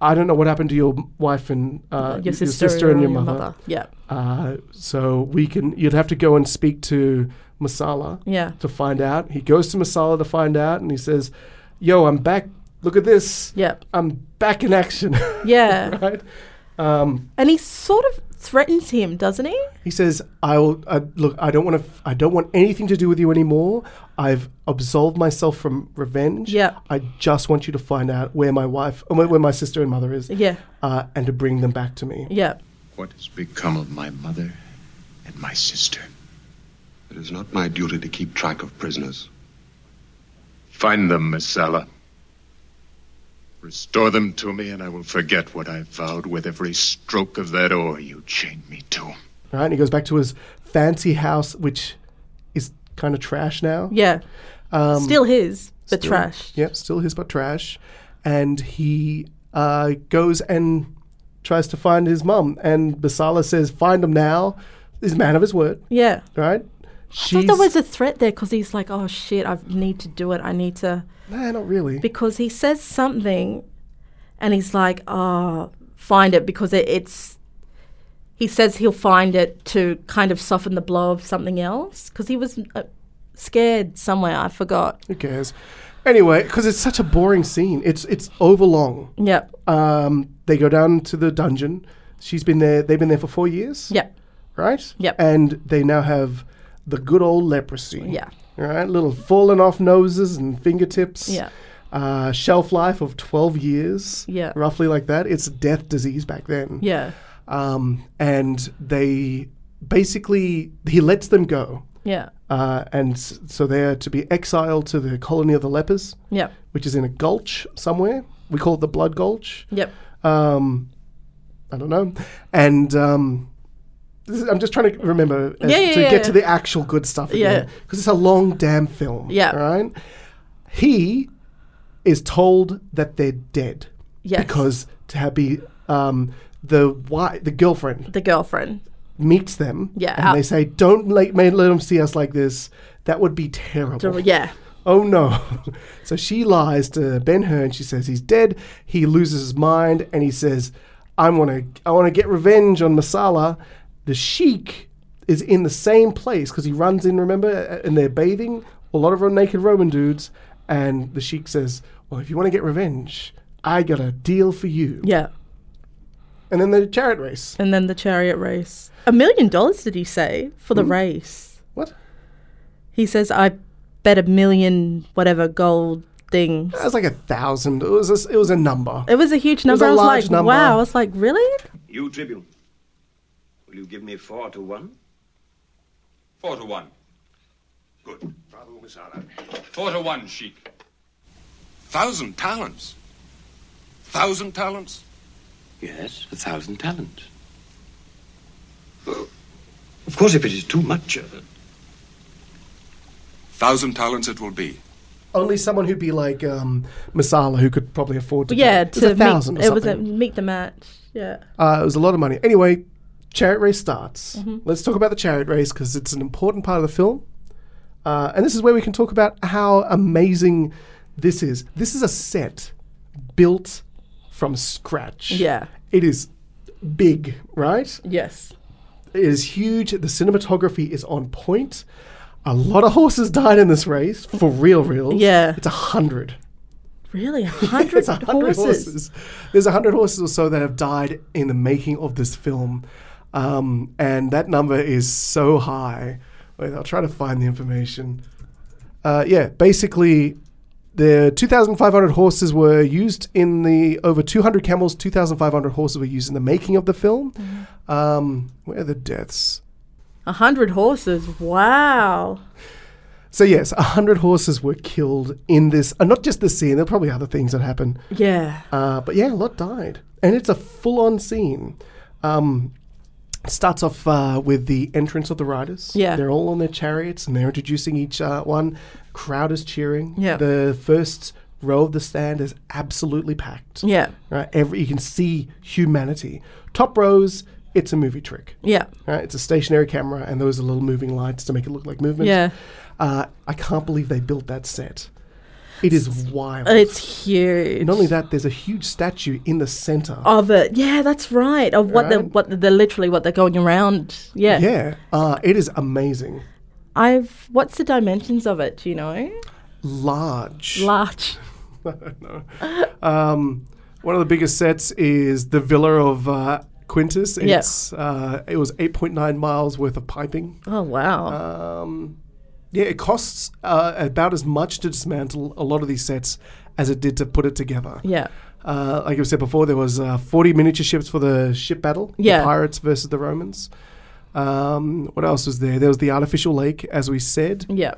Speaker 2: "I don't know what happened to your m- wife and uh,
Speaker 1: Your sister,
Speaker 2: and your, mother.
Speaker 1: Yeah.
Speaker 2: Uh, so we can. You'd have to go and speak to Masala
Speaker 1: Yeah.
Speaker 2: to find out. He goes to Masala to find out, and he says, "Yo, I'm back. Look at this.
Speaker 1: Yeah.
Speaker 2: I'm back in action." [LAUGHS]
Speaker 1: Yeah.
Speaker 2: right.
Speaker 1: And he sort of threatens him, doesn't he?
Speaker 2: He says, "I'll uh, look. I don't want to. F- I don't want anything to do with you anymore. I've absolved myself from revenge.
Speaker 1: Yeah.
Speaker 2: I just want you to find out where my wife, uh, where, where my sister and mother is.
Speaker 1: Yeah.
Speaker 2: uh, and to bring them back to me.
Speaker 1: Yeah.
Speaker 10: What has become of my mother and my sister?
Speaker 3: It is not my duty to keep track of prisoners.
Speaker 10: Find them, Messala. Restore them to me, and I will forget what I vowed with every stroke of that oar you chained me to.
Speaker 2: All right, and he goes back to his fancy house, which is kind of trash now.
Speaker 1: Yeah. Still his, but trash.
Speaker 2: Yep, Um, still his but trash. And he uh, goes and tries to find his mum. And Basala says, "Find him now." He's a man of his word,
Speaker 1: Yeah.
Speaker 2: right?
Speaker 1: I
Speaker 2: She's
Speaker 1: thought there was a threat there because he's like, oh shit, I need to do it. I need to.
Speaker 2: nah, not really.
Speaker 1: Because he says something and he's like, oh, find it because it, it's. He says he'll find it to kind of soften the blow of something else because he was uh, scared somewhere. I forgot.
Speaker 2: Who cares? Anyway, because it's such a boring scene. It's it's overlong.
Speaker 1: Yep.
Speaker 2: Um, they go down to the dungeon. She's been there. They've been there for four years.
Speaker 1: Yep.
Speaker 2: right?
Speaker 1: Yep.
Speaker 2: And they now have the good old leprosy.
Speaker 1: Yeah.
Speaker 2: All right, little falling off noses and fingertips.
Speaker 1: Yeah.
Speaker 2: Uh, shelf life of 12 years.
Speaker 1: Yeah.
Speaker 2: Roughly like that. It's a death disease back then.
Speaker 1: Yeah.
Speaker 2: Um, and they basically, he lets them go.
Speaker 1: Yeah.
Speaker 2: Uh, and s- so they're to be exiled to the colony of the lepers,
Speaker 1: Yep.
Speaker 2: which is in a gulch somewhere. We call it the Blood Gulch.
Speaker 1: Yep.
Speaker 2: Um, I don't know. And um, this is- I'm just trying to remember uh,
Speaker 1: Yeah, yeah,
Speaker 2: to
Speaker 1: yeah,
Speaker 2: get
Speaker 1: yeah.
Speaker 2: to the actual good stuff.
Speaker 1: Yeah.
Speaker 2: Because it's a long damn film.
Speaker 1: Yeah.
Speaker 2: All right. He is told that they're dead.
Speaker 1: Yes.
Speaker 2: Because Tabby, um, the wi the girlfriend,
Speaker 1: The girlfriend.
Speaker 2: meets them.
Speaker 1: Yeah,
Speaker 2: And
Speaker 1: out-
Speaker 2: they say, don't let, may, let them see us like this. That would be terrible.
Speaker 1: Yeah.
Speaker 2: Oh no. [LAUGHS] so she lies to Ben Hearn. She says he's dead. He loses his mind and he says, I want to I want to get revenge on Masala. The sheik is in the same place because he runs in, remember, a- and they're bathing, a lot of naked Roman dudes. And the sheik says, Well, if you want to get revenge, I got a deal for you.
Speaker 1: Yeah.
Speaker 2: And then the chariot race.
Speaker 1: And then the chariot race. A million dollars, did he say, for
Speaker 2: Hmm?
Speaker 1: the race?
Speaker 2: What?
Speaker 1: He says, I bet a million, whatever, gold thing.
Speaker 2: That was like a thousand. It was a, it was a number.
Speaker 1: It was a huge
Speaker 2: was
Speaker 1: number.
Speaker 2: a
Speaker 1: I was
Speaker 2: large
Speaker 1: like,
Speaker 2: number.
Speaker 1: wow. I was like, really?
Speaker 3: You, Tribune, will you give me four to one? Four to one. Good. Bravo, Masala. Four to one, Sheik. Thousand talents. Thousand talents?
Speaker 11: Yes, a thousand talents. Of course, if it is too much, uh,
Speaker 3: Thousand talents it will be.
Speaker 2: Only someone who'd be like um, Masala, who could probably afford to.
Speaker 1: Yeah,
Speaker 2: pay. it was a
Speaker 1: to
Speaker 2: thousand.
Speaker 1: meet,
Speaker 2: or
Speaker 1: it was
Speaker 2: something.
Speaker 1: a meet the match. Yeah.
Speaker 2: Uh, it was a lot of money. Anyway, chariot race starts.
Speaker 1: Mm-hmm.
Speaker 2: Let's talk about the chariot race because it's an important part of the film. Uh, and this is where we can talk about how amazing this is. This is a set built from scratch.
Speaker 1: Yeah.
Speaker 2: It is big, right?
Speaker 1: Yes.
Speaker 2: It is huge. The cinematography is on point. A lot of horses died in this race for real, real.
Speaker 1: Yeah.
Speaker 2: It's a hundred.
Speaker 1: Really?
Speaker 2: [LAUGHS]
Speaker 1: A hundred
Speaker 2: It's a hundred
Speaker 1: horses.
Speaker 2: horses. There's a hundred horses or so that have died in the making of this film, um, and that number is so high. Wait, I'll try to find the information. Uh, yeah, basically, the 2,500 horses were used in the over 200 camels. 2,500 horses were used in the making of the film. Um, where are the deaths?
Speaker 1: A hundred horses. Wow.
Speaker 2: So yes, 100 horses were killed in this, and not just this scene. There are probably other things that happened.
Speaker 1: Yeah.
Speaker 2: Uh, but yeah, a lot died, and it's a full-on scene. Um, it starts off uh, with the entrance of the riders.
Speaker 1: Yeah.
Speaker 2: they're all on their chariots, and they're introducing each uh, one. Crowd is cheering.
Speaker 1: Yeah.
Speaker 2: the first row of the stand is absolutely packed.
Speaker 1: Yeah.
Speaker 2: right. Every you can see humanity. Top rows, it's a movie trick.
Speaker 1: Yeah.
Speaker 2: Right, it's a stationary camera, and those are little moving lights to make it look like movement.
Speaker 1: Yeah.
Speaker 2: uh, I can't believe they built that set. It is wild.
Speaker 1: It's huge.
Speaker 2: Not only that, there's a huge statue in the center.
Speaker 1: of it. Yeah, that's right. Of what the
Speaker 2: Right?
Speaker 1: what the, they're literally what they're going around. Yeah.
Speaker 2: Yeah, uh, it is amazing.
Speaker 1: I've what's the dimensions of it, do you know?
Speaker 2: Large. [LAUGHS] Um,
Speaker 1: Large.
Speaker 2: One of the biggest sets is the Villa of uh, Quintus.
Speaker 1: Yeah.
Speaker 2: It's, uh, it was 8.9 miles worth of piping.
Speaker 1: Oh wow.
Speaker 2: Uh, Yeah, it costs uh, about as much to dismantle a lot of these sets as it did to put it together.
Speaker 1: yeah.
Speaker 2: Uh, like I said before, there was uh, 40 miniature ships for the ship battle, the
Speaker 1: Yeah.
Speaker 2: pirates versus the Romans. Um, what else was there? There was the artificial lake, as we said.
Speaker 1: Yeah.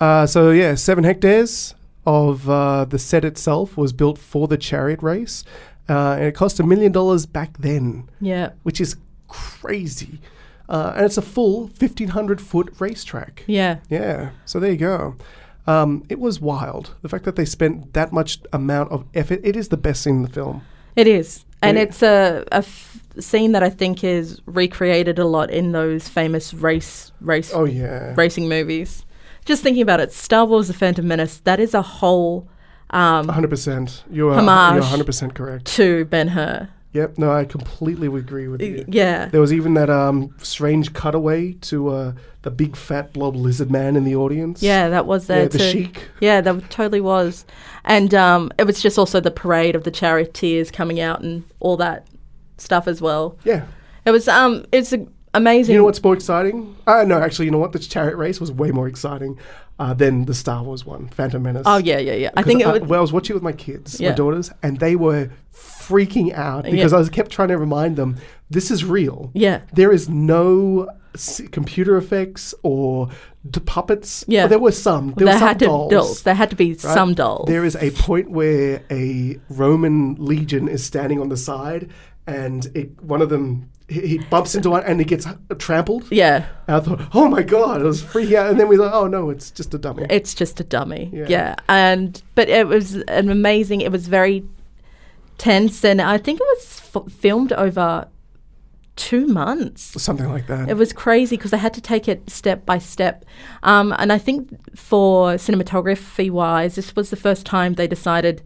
Speaker 2: Uh, so yeah, seven hectares of uh, the set itself was built for the chariot race, uh, and it cost a million dollars back then,
Speaker 1: Yeah.
Speaker 2: which is crazy. Uh, and it's a full fifteen hundred foot racetrack.
Speaker 1: Yeah.
Speaker 2: Yeah. So there you go. Um, it was wild. The fact that they spent that much amount of effort. It is the best scene in the film.
Speaker 1: It is. And
Speaker 2: Yeah.
Speaker 1: it's a, a f- scene that I think is recreated a lot in those famous race race
Speaker 2: Oh yeah.
Speaker 1: racing movies. Just thinking about it, Star Wars The Phantom Menace, that is a whole
Speaker 2: One hundred percent. You are.
Speaker 1: Homage.
Speaker 2: You're one hundred percent correct.
Speaker 1: to Ben Hur.
Speaker 2: Yep. No, I completely agree with you.
Speaker 1: Yeah.
Speaker 2: There was even that um, strange cutaway to uh, the big fat blob lizard man in the audience.
Speaker 1: Yeah, that was there
Speaker 2: Yeah, the
Speaker 1: too.
Speaker 2: chic.
Speaker 1: Yeah, that totally was. And um, it was just also the parade of the charioteers coming out and all that stuff as well.
Speaker 2: Yeah.
Speaker 1: It was um, it's a, amazing.
Speaker 2: You know what's more exciting? Uh, no, actually, you know what? This chariot race was way more exciting uh, than the Star Wars one, Phantom Menace.
Speaker 1: Oh, yeah, yeah, yeah. I
Speaker 2: Because
Speaker 1: think it
Speaker 2: I,
Speaker 1: would-
Speaker 2: well, I was watching it with my kids,
Speaker 1: Yeah.
Speaker 2: my daughters, and they were freaking out
Speaker 1: Yeah.
Speaker 2: because I was kept trying to remind them this is real.
Speaker 1: Yeah.
Speaker 2: There is no s- computer effects or d- puppets.
Speaker 1: Yeah.
Speaker 2: Well, there were some. There,
Speaker 1: There
Speaker 2: were some
Speaker 1: had to
Speaker 2: dolls.
Speaker 1: dolls. There had to be some dolls.
Speaker 2: There is a point where a Roman legion is standing on the side, and it, one of them he, he bumps into one, and he gets trampled.
Speaker 1: Yeah.
Speaker 2: And I thought, oh my god, it was freaking out. And then we thought, oh no, it's just a dummy.
Speaker 1: It's just a dummy.
Speaker 2: Yeah.
Speaker 1: Yeah. And but it was an amazing. It was very tense, and I think it was f- filmed over two months.
Speaker 2: Something like that.
Speaker 1: It was crazy because they had to take it step by step. Um, and I think for cinematography wise, this was the first time they decided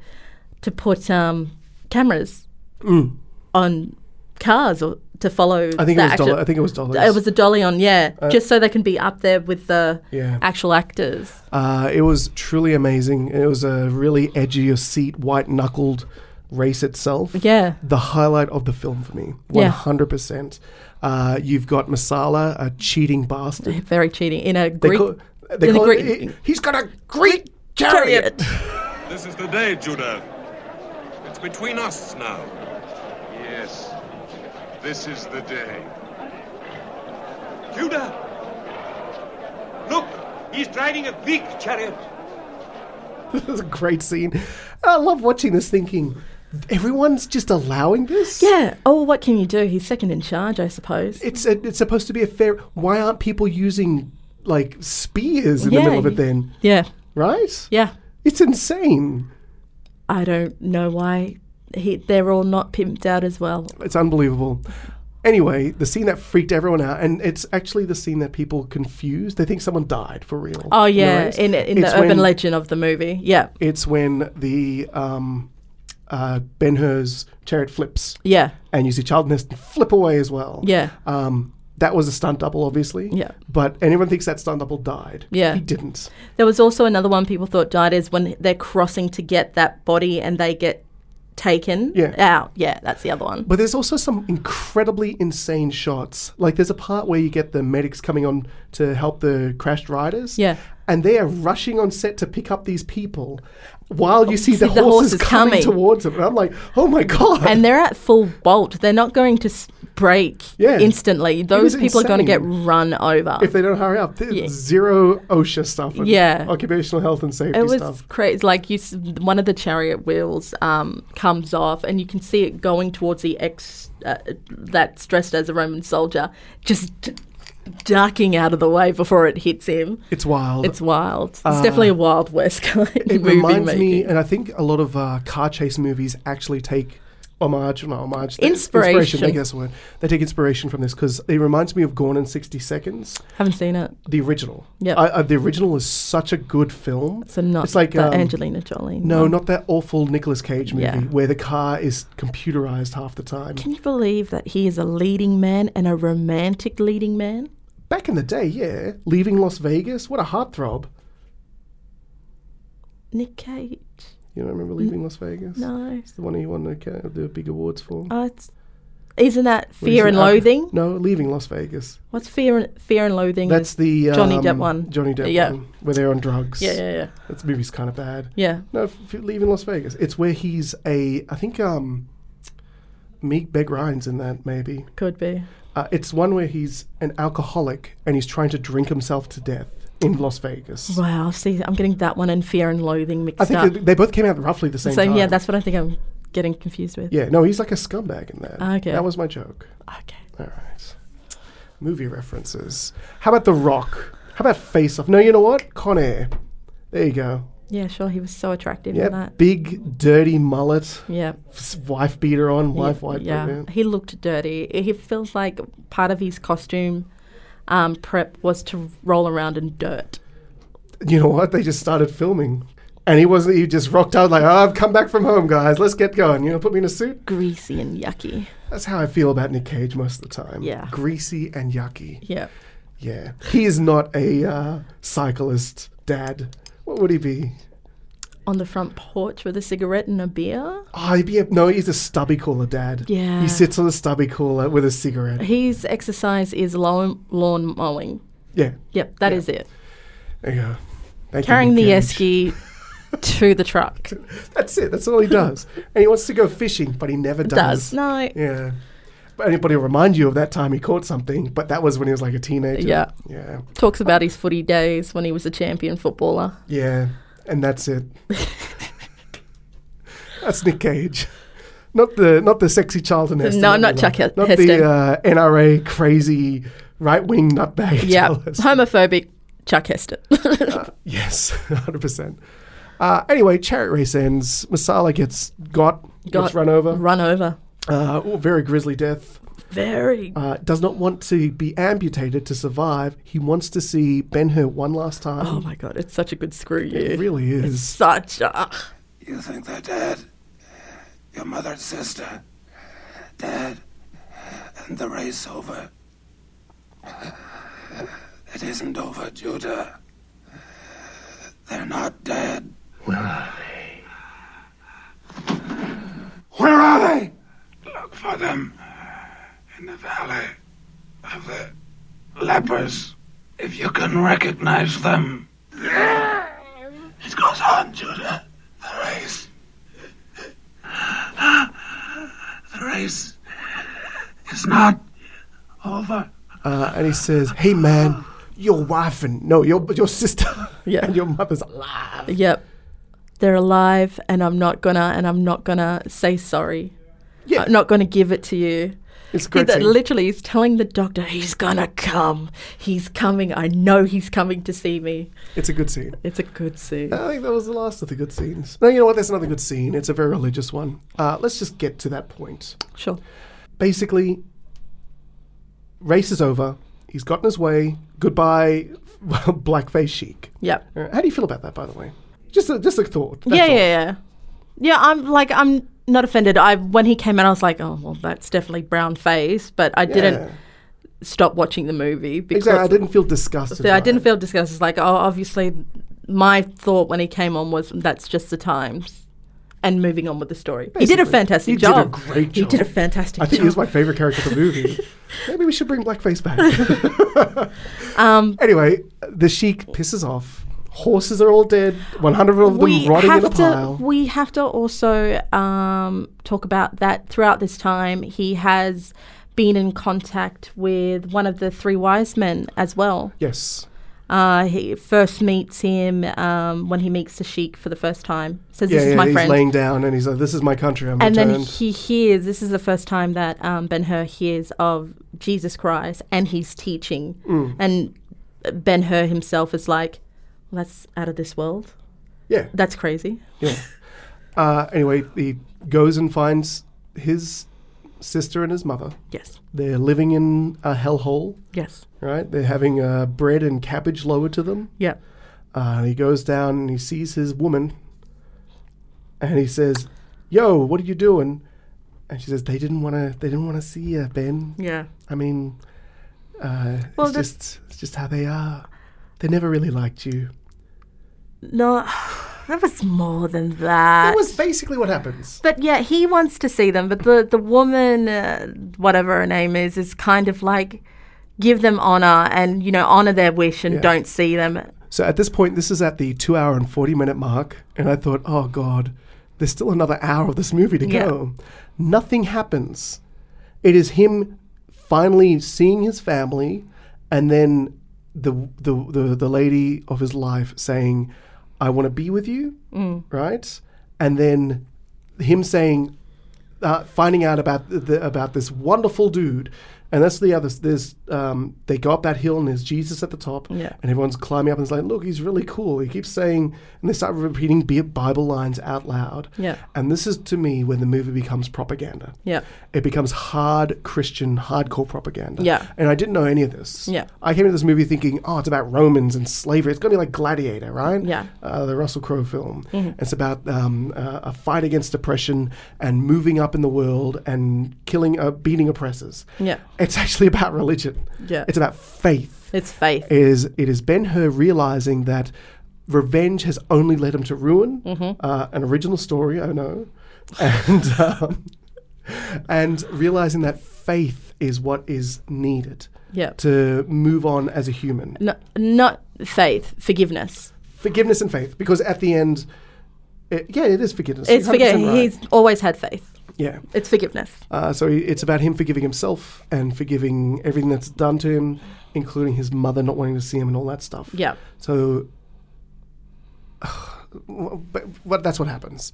Speaker 1: to put um, cameras
Speaker 2: Mm.
Speaker 1: on cars or to follow.
Speaker 2: I think
Speaker 1: the
Speaker 2: it was
Speaker 1: actor-
Speaker 2: dollar- I think it was dollars.
Speaker 1: It was a dolly on, yeah,
Speaker 2: Uh,
Speaker 1: just so they can be up there with the
Speaker 2: Yeah.
Speaker 1: actual actors.
Speaker 2: Uh, it was truly amazing. It was a really edgy of seat, white knuckled race itself.
Speaker 1: Yeah.
Speaker 2: The highlight of the film for me.
Speaker 1: Yeah.
Speaker 2: 100%. Uh, you've got Masala, a cheating bastard.
Speaker 1: Very cheating in a Greek.
Speaker 2: call- they
Speaker 1: in a
Speaker 2: call it-
Speaker 1: Greek-
Speaker 2: he's got a Greek
Speaker 1: chariot.
Speaker 2: [LAUGHS]
Speaker 3: This is the day, Judah. It's between us now. Yes. This is the day. Judah! Look! He's riding a Greek chariot.
Speaker 2: it was a great scene. I love watching this thinking, everyone's just allowing this?
Speaker 1: Yeah. Oh, what can you do? He's second in charge, I suppose.
Speaker 2: It's, a, it's supposed to be a fair. Why aren't people using like spears in
Speaker 1: Yeah,
Speaker 2: the middle of it
Speaker 1: you-
Speaker 2: then?
Speaker 1: Yeah.
Speaker 2: Right?
Speaker 1: Yeah.
Speaker 2: It's insane.
Speaker 1: I don't know why he, they're all not pimped out as well.
Speaker 2: It's unbelievable. Anyway, the scene that freaked everyone out, and it's actually the scene that people confuse. They think someone died for real.
Speaker 1: Oh yeah,
Speaker 2: Right?
Speaker 1: in in
Speaker 2: It's
Speaker 1: the urban
Speaker 2: when-
Speaker 1: legend of the movie. Yeah.
Speaker 2: It's when the um, uh, Ben Hur's chariot flips.
Speaker 1: Yeah.
Speaker 2: And you see Charlton Heston flip away as well.
Speaker 1: Yeah.
Speaker 2: Um, that was a stunt double, obviously.
Speaker 1: Yeah.
Speaker 2: But anyone thinks that stunt double died.
Speaker 1: Yeah.
Speaker 2: He didn't.
Speaker 1: There was also another one people thought died is when they're crossing to get that body and they get taken
Speaker 2: Yeah.
Speaker 1: out. Yeah, that's the other one.
Speaker 2: But there's also some incredibly insane shots. Like there's a part where you get the medics coming on to help the crashed riders.
Speaker 1: Yeah.
Speaker 2: And they are rushing on set to pick up these people while you see, the,
Speaker 1: Oh, the
Speaker 2: horses,
Speaker 1: horses
Speaker 2: coming,
Speaker 1: coming.
Speaker 2: towards them. And I'm like, oh my God.
Speaker 1: and they're at full bolt. They're not going to s- break
Speaker 2: Yeah.
Speaker 1: instantly.
Speaker 2: was
Speaker 1: Those people are going to get
Speaker 2: insane.
Speaker 1: run over.
Speaker 2: if they don't hurry up, there's zero OSHA stuff. And
Speaker 1: Yeah.
Speaker 2: Occupational health and safety
Speaker 1: it was
Speaker 2: stuff.
Speaker 1: crazy. Like you, s- one of the chariot wheels um, comes off, and you can see it going towards the ex uh, that's dressed as a Roman soldier, just d- ducking out of the way before it hits him.
Speaker 2: It's wild. Uh,
Speaker 1: It's wild. It's definitely a Wild West [LAUGHS] kind
Speaker 2: it
Speaker 1: movie
Speaker 2: reminds
Speaker 1: making.
Speaker 2: me, and I think a lot of uh, car chase movies actually take homage, not homage, they-
Speaker 1: Inspiration.
Speaker 2: I guess the word. They take inspiration from this because it reminds me of Gone in 60 Seconds.
Speaker 1: Haven't seen it.
Speaker 2: The original.
Speaker 1: Yep.
Speaker 2: I, I, the original is such a good film.
Speaker 1: So not
Speaker 2: It's like
Speaker 1: the
Speaker 2: um,
Speaker 1: Angelina Jolie.
Speaker 2: No,
Speaker 1: one.
Speaker 2: not that awful Nicolas Cage movie
Speaker 1: Yeah.
Speaker 2: where the car is computerized half the time.
Speaker 1: Can you believe that he is a leading man and a romantic leading man?
Speaker 2: Back in the day, yeah. Leaving Las Vegas, what a heartthrob.
Speaker 1: Nick Cage.
Speaker 2: You don't remember Leaving Las Vegas?
Speaker 1: No.
Speaker 2: It's the one he won the, ca- the big awards for.
Speaker 1: Oh, it's, isn't that
Speaker 2: What is
Speaker 1: Fear
Speaker 2: it?
Speaker 1: and
Speaker 2: Uh,
Speaker 1: Loathing?
Speaker 2: No, Leaving Las Vegas.
Speaker 1: What's Fear and Fear and Loathing?
Speaker 2: That's
Speaker 1: is
Speaker 2: the um,
Speaker 1: Johnny Depp one.
Speaker 2: Johnny Depp
Speaker 1: yeah.
Speaker 2: one, where they're on drugs.
Speaker 1: Yeah, yeah, yeah.
Speaker 2: That movie's kind of bad.
Speaker 1: Yeah.
Speaker 2: No, f- f- Leaving Las Vegas. It's where he's a, I think, um, Meek Beg Ryan's in that maybe.
Speaker 1: Could be.
Speaker 2: Uh, it's one where he's an alcoholic and he's trying to drink himself to death in Las Vegas.
Speaker 1: Wow. See, I'm getting that one and Fear and Loathing mixed
Speaker 2: I think
Speaker 1: up.
Speaker 2: they- they both came out roughly the same,
Speaker 1: so
Speaker 2: time.
Speaker 1: yeah, that's what I think I'm getting confused with.
Speaker 2: yeah. No, he's like a scumbag in that.
Speaker 1: Ah, Okay.
Speaker 2: That was my joke.
Speaker 1: Okay.
Speaker 2: All right. Movie references. How about The Rock? How about Face Off? No, you know what? Con Air. There you go.
Speaker 1: Yeah, sure. He was so attractive in
Speaker 2: Yeah,
Speaker 1: that.
Speaker 2: big dirty mullet.
Speaker 1: Yeah.
Speaker 2: S- Wife beater on. Wife
Speaker 1: yeah,
Speaker 2: white.
Speaker 1: yeah.
Speaker 2: beater.
Speaker 1: he looked dirty. He feels like part of his costume um, prep was to roll around in dirt.
Speaker 2: You know what? They just started filming, and he wasn't. He just rocked out like, "Oh, I've come back from home, guys. Let's get going." You know, put me in a suit.
Speaker 1: Greasy and yucky.
Speaker 2: That's how I feel about Nick Cage most of the time.
Speaker 1: Yeah.
Speaker 2: Greasy and yucky.
Speaker 1: Yeah.
Speaker 2: Yeah. He is not a uh, cyclist dad. What would he be?
Speaker 1: on the front porch with a cigarette and a beer.
Speaker 2: Oh, he'd be a, no, he's a stubby cooler dad.
Speaker 1: Yeah.
Speaker 2: He sits on a stubby cooler with a cigarette.
Speaker 1: His exercise is lawn, lawn mowing.
Speaker 2: yeah.
Speaker 1: Yep, that
Speaker 2: Yeah.
Speaker 1: is it.
Speaker 2: There you go. Thank you,
Speaker 1: Carrying
Speaker 2: Nick
Speaker 1: the
Speaker 2: Cage. [LAUGHS]
Speaker 1: esky to the truck.
Speaker 2: That's it. That's all he does. and he wants to go fishing, but he never
Speaker 1: Does.
Speaker 2: does.
Speaker 1: No.
Speaker 2: Yeah. But anybody will remind you of that time he caught something, but that was when he was like a teenager.
Speaker 1: Yeah.
Speaker 2: Yeah.
Speaker 1: Talks about his footy days when he was a champion footballer.
Speaker 2: Yeah. And
Speaker 1: [LAUGHS]
Speaker 2: that's it. that's Nick Cage. Not the not the sexy Charlton Heston.
Speaker 1: No,
Speaker 2: that
Speaker 1: not
Speaker 2: we
Speaker 1: Chuck
Speaker 2: love.
Speaker 1: He-
Speaker 2: Not
Speaker 1: Heston.
Speaker 2: the uh, NRA crazy right wing nutbag.
Speaker 1: Yeah.
Speaker 2: Charles.
Speaker 1: Homophobic Chuck
Speaker 2: [LAUGHS]
Speaker 1: Heston.
Speaker 2: Yes, [LAUGHS] 100%. Uh, anyway, chariot race ends. Masala gets got,
Speaker 1: Got Mm-hmm.
Speaker 2: gets run over.
Speaker 1: Run over. Oh,
Speaker 2: Uh, ooh, very grisly death.
Speaker 1: Very.
Speaker 2: Uh, does not want to be amputated to survive. He wants to see Ben Hur one last time.
Speaker 1: Oh my god, it's such a good screw you.
Speaker 2: It really
Speaker 1: It's
Speaker 2: is.
Speaker 1: such a.
Speaker 10: You think they're dead? Your mother and sister. Dead. And the race over. It isn't over, Judah. They're not dead. Where are they? Where are they? Look for them. In the valley of the lepers. If you can recognize them. It goes on, Judah. The race. The race is not over.
Speaker 2: Uh, and he says, Hey man, your wife and no, your, your sister [LAUGHS]
Speaker 1: Yeah.
Speaker 2: and your mother's alive.
Speaker 1: Yep. They're alive, and I'm not gonna, and I'm not gonna say sorry.
Speaker 2: Yeah.
Speaker 1: I'm not gonna give it to you.
Speaker 2: It's
Speaker 1: He-
Speaker 2: great.
Speaker 1: that literally is telling the doctor he's gonna come. He's coming. I know he's coming to see me.
Speaker 2: It's a good scene.
Speaker 1: It's a good scene.
Speaker 2: I think that was the last of the good scenes. No, you know what? There's another good scene. It's a very religious one. Uh, let's just get to that point.
Speaker 1: Sure.
Speaker 2: basically, race is over. He's gotten his way. Goodbye, [LAUGHS] blackface chic.
Speaker 1: Yep.
Speaker 2: Uh, How do you feel about that, by the way? Just a, just a thought. That's
Speaker 1: yeah,
Speaker 2: all.
Speaker 1: yeah, yeah. Yeah, I'm like I'm not offended. I when he came out, I was like, oh well, that's definitely brown face, but I
Speaker 2: Yeah.
Speaker 1: didn't stop watching the movie because
Speaker 2: Exactly. I didn't feel disgusted.
Speaker 1: So I
Speaker 2: by
Speaker 1: didn't
Speaker 2: it.
Speaker 1: feel disgust. It's like, oh, obviously, my thought when he came on was that's just the times, and moving on with the story. he did
Speaker 2: Basically,
Speaker 1: a fantastic
Speaker 2: he did a
Speaker 1: job.
Speaker 2: great
Speaker 1: He
Speaker 2: job.
Speaker 1: did a fantastic
Speaker 2: I think he
Speaker 1: job.
Speaker 2: was my favorite character of the
Speaker 1: [LAUGHS]
Speaker 2: movie. Maybe we should bring blackface back.
Speaker 1: Um,
Speaker 2: anyway, the sheik pisses off. Horses are all dead. One hundred of them rotting in a pile.
Speaker 1: To, we have to also um, talk about that throughout this time. He has been in contact with one of the three wise men as well.
Speaker 2: yes.
Speaker 1: Uh, he first meets him um, when he meets the sheik for the first time. Says,
Speaker 2: Yeah,
Speaker 1: "This
Speaker 2: yeah.
Speaker 1: is my
Speaker 2: he's
Speaker 1: friend."
Speaker 2: laying down and he's like, "This is my country. I'm
Speaker 1: and
Speaker 2: returned."
Speaker 1: then he hears this is the first time that um, Ben Hur hears of Jesus Christ and he's teaching.
Speaker 2: Mm.
Speaker 1: And Ben Hur himself is like, well, that's out of this world.
Speaker 2: yeah.
Speaker 1: That's crazy.
Speaker 2: Yeah. Uh, anyway, he goes and finds his sister and his mother.
Speaker 1: Yes.
Speaker 2: They're living in a hellhole,
Speaker 1: Yes.
Speaker 2: right? They're having uh, bread and cabbage lowered to them.
Speaker 1: Yeah.
Speaker 2: Uh, and he goes down and he sees his woman and he says, Yo, what are you doing? And she says, They didn't want to, they didn't want to see you, Ben.
Speaker 1: Yeah.
Speaker 2: I mean, uh,
Speaker 1: Well,
Speaker 2: it's,
Speaker 1: that's-
Speaker 2: just, it's just how they are. They never really liked you.
Speaker 1: No, [SIGHS] that was more than that.
Speaker 2: That was basically what happens.
Speaker 1: But yeah, he wants to see them. But the the woman, uh, whatever her name is, is kind of like give them honor and you know honor their wish and
Speaker 2: Yeah.
Speaker 1: don't see them.
Speaker 2: So at this point, this is at the two hour and 40 minute mark. And I thought, oh God, there's still another hour of this movie to
Speaker 1: Yeah.
Speaker 2: go. Nothing happens. It is him finally seeing his family and then the, the, the, the lady of his life saying, I want to be with you, right? And then him saying, uh, finding out about the, the, about this wonderful dude, and that's the other. There's um, they go up that hill and there's Jesus at the top,
Speaker 1: Yeah.
Speaker 2: and everyone's climbing up and it's like, look, he's really cool. He keeps saying, and they start repeating Bi- Bible lines out loud.
Speaker 1: Yeah.
Speaker 2: and this is to me when the movie becomes propaganda.
Speaker 1: Yeah.
Speaker 2: it becomes hard Christian, hardcore propaganda.
Speaker 1: Yeah.
Speaker 2: and I didn't know any of this.
Speaker 1: Yeah.
Speaker 2: I came to this movie thinking, oh, it's about Romans and slavery. It's going to be like Gladiator, right?
Speaker 1: Yeah.
Speaker 2: Uh, the Russell Crowe film.
Speaker 1: Mm-hmm.
Speaker 2: It's about um, uh, a fight against oppression and moving up in the world and killing, uh, beating oppressors.
Speaker 1: Yeah.
Speaker 2: It's actually about religion.
Speaker 1: Yeah.
Speaker 2: It's about faith.
Speaker 1: It's faith.
Speaker 2: It is it is Ben Hur realizing that Revenge has only led him to ruin.
Speaker 1: Mm-hmm.
Speaker 5: Mhm.
Speaker 2: Uh, an original story, I know. And, [LAUGHS] um, and realizing that faith is what is needed
Speaker 5: Yep.
Speaker 2: to move on as a human.
Speaker 5: No, not faith, forgiveness.
Speaker 2: Forgiveness and faith, because at the end, it, yeah, it is forgiveness.
Speaker 5: It's
Speaker 2: You're 100%
Speaker 5: forget.
Speaker 2: right.
Speaker 5: He's always had faith.
Speaker 2: Yeah.
Speaker 5: It's forgiveness.
Speaker 2: Uh, so he- it's about him forgiving himself and forgiving everything that's done to him, including his mother not wanting to see him and all that stuff.
Speaker 5: Yeah.
Speaker 2: So, [SIGHS] w- but, but that's what happens.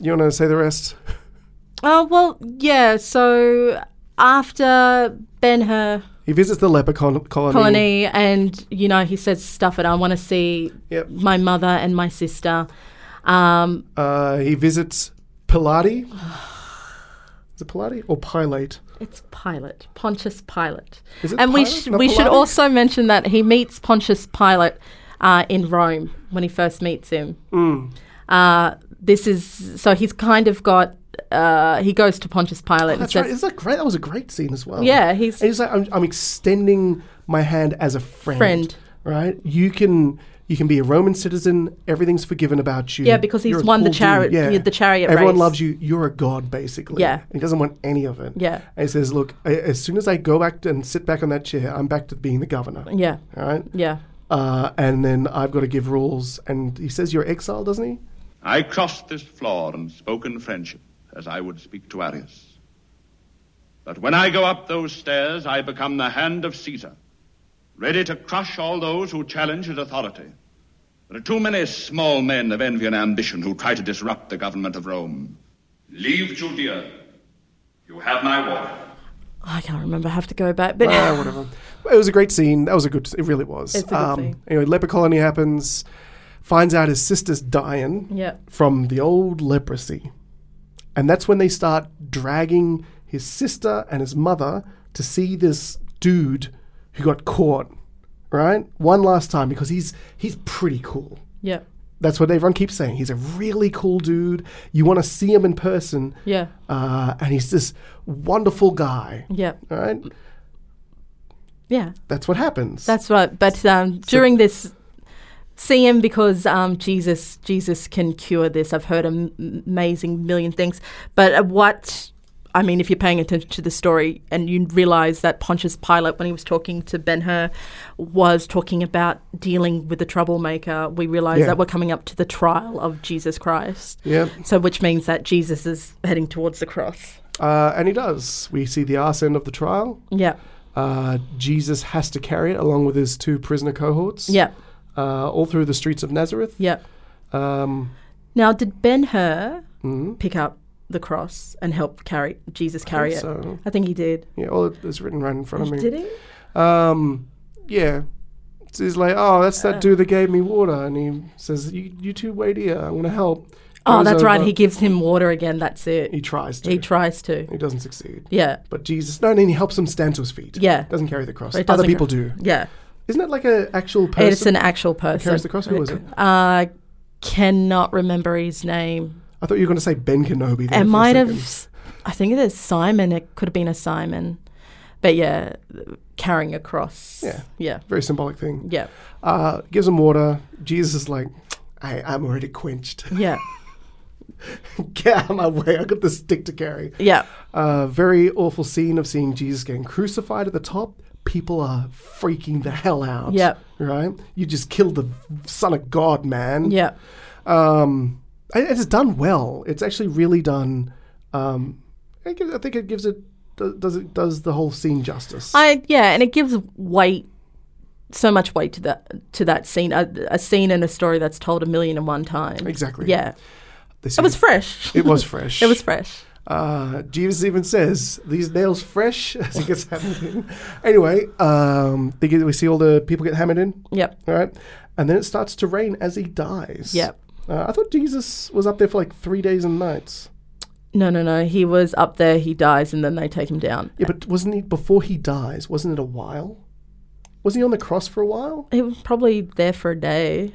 Speaker 2: You want to say the rest?
Speaker 1: Oh, well, yeah. So after Ben Hur
Speaker 2: He visits the leper col- colony.
Speaker 1: colony, and, you know, he says, stuff it, I want to see my mother and my sister. Um,
Speaker 2: Uh, he visits
Speaker 5: [SIGHS]
Speaker 2: Pilate. Is it Pilate or Pilate?
Speaker 1: It's Pilate, Pontius Pilate.
Speaker 2: Is it
Speaker 1: and we,
Speaker 2: Pilate,
Speaker 1: sh-
Speaker 2: not
Speaker 1: we should
Speaker 2: Pilate?
Speaker 1: also mention that he meets Pontius Pilate uh, in Rome when he first meets him.
Speaker 2: Mm.
Speaker 1: Uh, this is so he's kind of got uh, he goes to Pontius Pilate and
Speaker 2: That's
Speaker 1: says,
Speaker 2: right. Is that great? That was a great scene as well.
Speaker 1: Yeah, he's-
Speaker 2: And he's like, I'm, I'm extending my hand as a friend.
Speaker 1: Friend.
Speaker 2: right? You can you can be a Roman citizen. Everything's forgiven about you.
Speaker 5: Yeah, because he's
Speaker 2: You're a
Speaker 5: won the
Speaker 2: dude.
Speaker 5: chari- the chariot
Speaker 2: Everyone
Speaker 5: race.
Speaker 2: loves you. You're a god, basically.
Speaker 5: Yeah.
Speaker 2: he doesn't want any of it.
Speaker 5: Yeah.
Speaker 2: and he says, look, a- as soon as I go back and sit back on that chair, I'm back to being the governor.
Speaker 5: Yeah.
Speaker 2: all right.
Speaker 5: Yeah.
Speaker 2: Uh, and then I've got to give rules. And he says, you're exiled, doesn't he?
Speaker 12: I crossed this floor and spoke in friendship, as I would speak to Arius. But when I go up those stairs, I become the hand of Caesar, ready to crush all those who challenge his authority. There are too many small men of envy and ambition who try to disrupt the government of Rome. Leave Judea. You have my warning.
Speaker 5: I can't remember. I have to go back. But
Speaker 1: [LAUGHS]
Speaker 2: Ah, whatever. It was a great scene. That was a good. It really was. Um,
Speaker 5: It's a good scene.
Speaker 2: Anyway, leper colony happens. Finds out his sister's dying
Speaker 5: Yep.
Speaker 2: from the old leprosy, and that's when they start dragging his sister and his mother to see this dude who got caught. Right, one last time because he's he's pretty cool.
Speaker 5: yeah,
Speaker 2: That's what everyone keeps saying. He's a really cool dude. You want to see him in person.
Speaker 5: yeah,
Speaker 2: Uh, and he's this wonderful guy.
Speaker 5: yeah,
Speaker 2: All right,
Speaker 1: "Yeah,
Speaker 2: that's what happens.
Speaker 1: that's right." But um, during this, see him because um, Jesus, Jesus can cure this. I've heard am- amazing million things, but uh, what? I mean, if you're paying attention to the story and you realize that Pontius Pilate, when he was talking to Ben Hur, was talking about dealing with the troublemaker, we realize
Speaker 5: Yeah.
Speaker 1: that we're coming up to the trial of Jesus Christ.
Speaker 2: Yep.
Speaker 1: So, which means that Jesus is heading towards the cross.
Speaker 2: Uh, and he does. We see the arse end of the trial.
Speaker 1: Yeah.
Speaker 2: Uh, Jesus has to carry it along with his two prisoner cohorts.
Speaker 1: Yeah.
Speaker 2: Uh, all through the streets of Nazareth.
Speaker 1: Yeah.
Speaker 2: Um,
Speaker 1: Now, did Ben Hur
Speaker 2: Mhm.
Speaker 1: pick up the cross and help carry Jesus carry
Speaker 2: think
Speaker 1: it?
Speaker 2: so.
Speaker 1: I think he did.
Speaker 2: yeah, well, it- it's written right in front of me.
Speaker 1: Did he?
Speaker 2: Um, yeah. So he's like, oh, that's that dude that gave me water. And he says, you, you two wait here. I'm going to help.
Speaker 1: Oh,
Speaker 2: Goes
Speaker 1: that's right.
Speaker 2: over.
Speaker 1: He gives him water again. That's it.
Speaker 2: He tries to.
Speaker 1: He tries to.
Speaker 2: He doesn't succeed.
Speaker 1: Yeah.
Speaker 2: But Jesus, no, and then he helps him stand to his feet.
Speaker 1: Yeah.
Speaker 2: Doesn't carry the cross.
Speaker 1: But it
Speaker 2: Other
Speaker 1: doesn't
Speaker 2: people
Speaker 1: go-
Speaker 2: do.
Speaker 1: Yeah.
Speaker 2: Isn't it like an actual person?
Speaker 1: It's an actual person.
Speaker 2: Carries the cross? Who is it?
Speaker 1: Uh, cannot remember his name.
Speaker 2: I thought you were going to say Ben Kenobi. there
Speaker 1: It
Speaker 2: for a
Speaker 1: might have.
Speaker 2: second.
Speaker 1: s- I think it is Simon. It could have been a Simon. But yeah, carrying a cross.
Speaker 2: Yeah.
Speaker 1: Yeah.
Speaker 2: Very symbolic thing.
Speaker 1: Yeah.
Speaker 2: Uh, gives him water. Jesus is like, I, I'm already quenched. [LAUGHS]
Speaker 1: Yeah.
Speaker 2: Get out of my way. I got this stick to carry.
Speaker 1: Yeah.
Speaker 2: Uh, very awful scene of seeing Jesus getting crucified at the top. People are freaking the hell out.
Speaker 1: Yep.
Speaker 2: Right? You just killed the son of God, man.
Speaker 1: Yeah.
Speaker 2: Um, I- it's done well. It's actually really done. Um, I, give, I think it gives it does it does the whole scene justice.
Speaker 1: I yeah, and it gives weight, so much weight to that to that scene, a, a scene and a story that's told a million and one times.
Speaker 2: Exactly.
Speaker 1: Yeah,
Speaker 2: The
Speaker 1: it
Speaker 2: scene-
Speaker 1: was fresh.
Speaker 2: It was
Speaker 1: [LAUGHS]
Speaker 2: fresh.
Speaker 1: it was fresh.
Speaker 2: Uh, Jesus even says, "These nails fresh." [LAUGHS] As he gets hammered in. Anyway, um, they get, we see all the people get hammered in.
Speaker 1: Yep.
Speaker 2: All right, and then it starts to rain as he dies.
Speaker 1: Yep.
Speaker 2: Uh, I thought Jesus was up there for like three days and nights.
Speaker 1: No, no, no. He was up there. He dies, and then they take him down.
Speaker 2: Yeah, but wasn't he before he dies? Wasn't it a while? Wasn't he on the cross for a while?
Speaker 1: He was probably there for a day.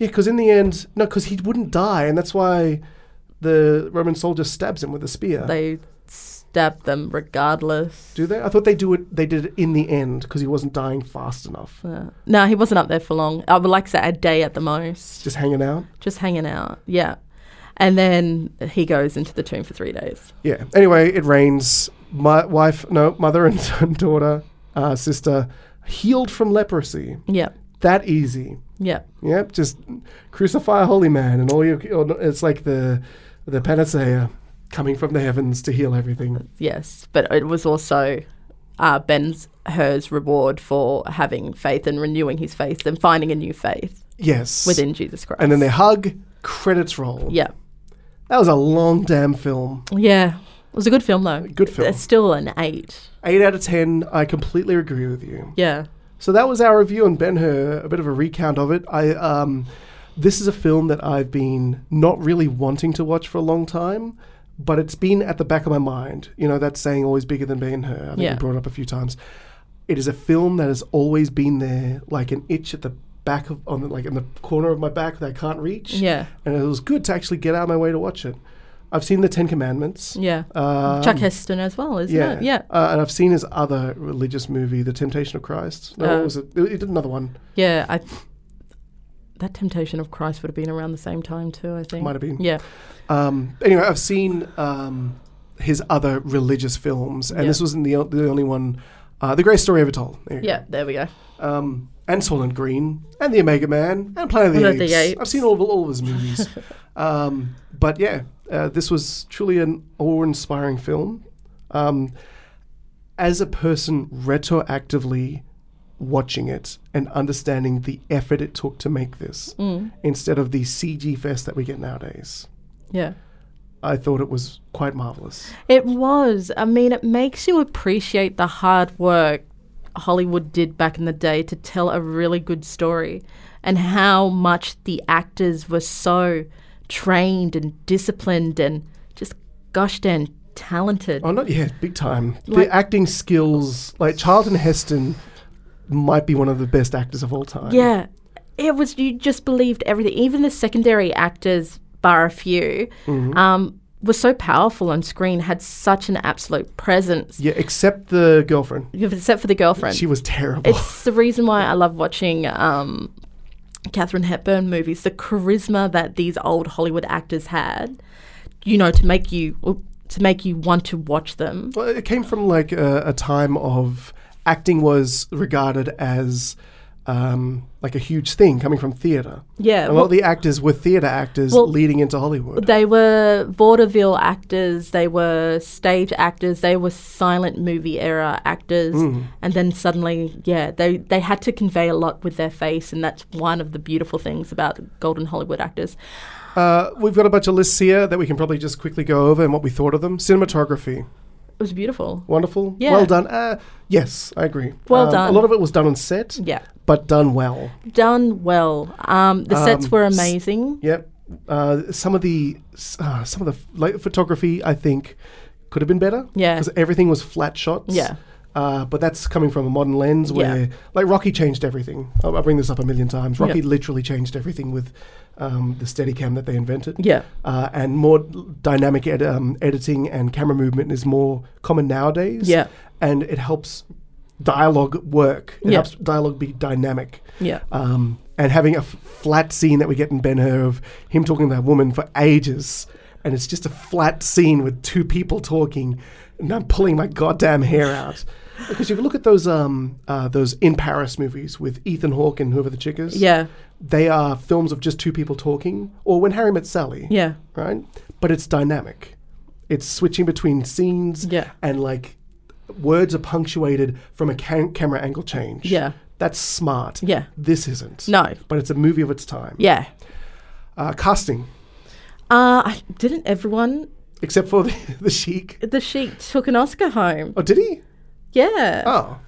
Speaker 2: Yeah, because in the end, no, because he wouldn't die, and that's why the Roman soldier stabs him with a spear.
Speaker 1: They s- stab them regardless.
Speaker 2: Do they? I thought they do it. They did it in the end because he wasn't dying fast enough.
Speaker 1: Yeah. Uh, No, he wasn't up there for long. I would like to say a day at the most.
Speaker 2: Just hanging out.
Speaker 1: Just hanging out. Yeah. And then he goes into the tomb for three days.
Speaker 2: Yeah. Anyway, it rains. My wife, no, mother and [LAUGHS] son, daughter, uh, sister, healed from leprosy.
Speaker 1: Yeah.
Speaker 2: That easy.
Speaker 1: Yep.
Speaker 2: Yep. Just crucify a holy man, and all your it's like the the panacea coming from the heavens to heal everything.
Speaker 1: Yes, but it was also uh, Ben's her's reward for having faith and renewing his faith and finding a new faith.
Speaker 2: Yes.
Speaker 1: within Jesus Christ.
Speaker 2: And then they hug. Credits roll.
Speaker 1: Yeah,
Speaker 2: That was a long damn film.
Speaker 1: yeah, it was a good film though.
Speaker 2: Good film.
Speaker 1: It's still an eight.
Speaker 2: Eight out of ten. I completely agree with you.
Speaker 1: Yeah,
Speaker 2: So that was our review on Ben Hur. A bit of a recount of it. I um, this is a film that I've been not really wanting to watch for a long time, but it's been at the back of my mind. You know that saying, "Always bigger than Ben Hur." I think
Speaker 1: Yeah.
Speaker 2: we brought it up a few times. It is a film that has always been there, like an itch at the back of on the, like in the corner of my back that I can't reach.
Speaker 1: Yeah.
Speaker 2: and it was good to actually get out of my way to watch it. I've seen the Ten Commandments.
Speaker 1: yeah.
Speaker 2: Um,
Speaker 1: Chuck Heston as well, isn't
Speaker 2: yeah,
Speaker 1: it? Yeah,
Speaker 2: Uh, and I've seen his other religious movie, The Temptation of Christ. No,
Speaker 1: Oh.
Speaker 2: what was it? He did another one.
Speaker 1: yeah. I that Temptation of Christ would have been around the same time too. I think
Speaker 2: Might have been.
Speaker 1: Yeah,
Speaker 2: Um, anyway, I've seen um, his other religious films, and
Speaker 1: Yeah.
Speaker 2: this wasn't the, o- the only one. Uh, the Great Story Ever Told. There you go.
Speaker 1: yeah. There we go.
Speaker 2: Um, and Soylent Green, and The Omega Man, and Planet of the,
Speaker 1: Planet of the
Speaker 2: Apes.
Speaker 1: Apes.
Speaker 2: I've seen all of, all of
Speaker 1: [LAUGHS]
Speaker 2: his movies. um, but yeah, uh, this was truly an awe inspiring film. Um, as a person retroactively watching it and understanding the effort it took to make this
Speaker 1: Mm.
Speaker 2: instead of the CG fest that we get nowadays.
Speaker 1: Yeah.
Speaker 2: I thought it was quite marvelous.
Speaker 1: It was. I mean, it makes you appreciate the hard work Hollywood did back in the day to tell a really good story and how much the actors were so trained and disciplined and just gosh darn talented.
Speaker 2: Oh, not yeah, big time.
Speaker 1: Like-
Speaker 2: the acting skills, like Charlton Heston, might be one of the best actors of all time.
Speaker 1: Yeah. It was, you just believed everything. Even the secondary actors, bar a few,
Speaker 2: Mhm.
Speaker 1: um, were so powerful on screen, had such an absolute presence.
Speaker 2: Yeah, except the girlfriend.
Speaker 1: except for the girlfriend.
Speaker 2: She was terrible.
Speaker 1: It's the reason why I love watching um, Catherine Hepburn movies. The charisma that these old Hollywood actors had, you know, to make you to make you want to watch them.
Speaker 2: Well, it came from like a, a time of acting was regarded as um, like a huge thing coming from theater.
Speaker 1: Yeah,
Speaker 2: a lot
Speaker 1: well-
Speaker 2: of the actors were theater actors
Speaker 1: Well-
Speaker 2: leading into Hollywood.
Speaker 1: They were vaudeville actors. They were stage actors. They were silent movie era actors.
Speaker 2: Mm.
Speaker 1: And then suddenly, yeah, they they had to convey a lot with their face, and that's one of the beautiful things about golden Hollywood actors.
Speaker 2: Uh, we've got a bunch of lists here that we can probably just quickly go over and what we thought of them. Cinematography,
Speaker 1: It was beautiful.
Speaker 2: wonderful,
Speaker 1: Yeah.
Speaker 2: well done. Uh, yes, I agree.
Speaker 1: Well
Speaker 2: Um, A
Speaker 1: done.
Speaker 2: lot of it was done on set,
Speaker 1: Yeah.
Speaker 2: but done well.
Speaker 1: done well. Um, the sets
Speaker 2: Um,
Speaker 1: were
Speaker 2: s-
Speaker 1: amazing.
Speaker 2: Yep. Uh, some of the s- uh, some of the f- like photography, I think, could have been better.
Speaker 1: Yeah.
Speaker 2: Because everything was flat shots.
Speaker 1: Yeah.
Speaker 2: Uh, but that's coming from a modern lens where,
Speaker 1: Yeah.
Speaker 2: like, Rocky changed everything. I'll, I'll bring this up a million times. Rocky
Speaker 1: Yeah.
Speaker 2: literally changed everything with um, the Steadicam that they invented.
Speaker 1: Yeah.
Speaker 2: Uh, and more d- dynamic ed- um, editing and camera movement is more common nowadays.
Speaker 1: Yeah.
Speaker 2: And it helps dialogue work. It
Speaker 1: Yeah.
Speaker 2: helps dialogue be dynamic
Speaker 1: Yeah.
Speaker 2: um, and having a f- flat scene that we get in Ben Hur of him talking to that woman for ages, and it's just a flat scene with two people talking, and I'm pulling my goddamn hair out. Because if you look at those um, uh, those in Paris movies with Ethan Hawke and whoever the chick is,
Speaker 1: Yeah.
Speaker 2: they are films of just two people talking, or when Harry met Sally,
Speaker 1: Yeah.
Speaker 2: right? But it's dynamic. It's switching between scenes,
Speaker 1: Yeah.
Speaker 2: and like words are punctuated from a cam- camera angle change.
Speaker 1: Yeah.
Speaker 2: That's smart.
Speaker 1: Yeah.
Speaker 2: This isn't.
Speaker 1: No.
Speaker 2: But it's a movie of its time.
Speaker 1: Yeah.
Speaker 2: Uh, casting,
Speaker 1: Uh, I- didn't everyone?
Speaker 2: except for the, [LAUGHS] the Sheik.
Speaker 1: The Sheik took an Oscar home.
Speaker 2: Oh, did he?
Speaker 1: Yeah.
Speaker 2: Oh.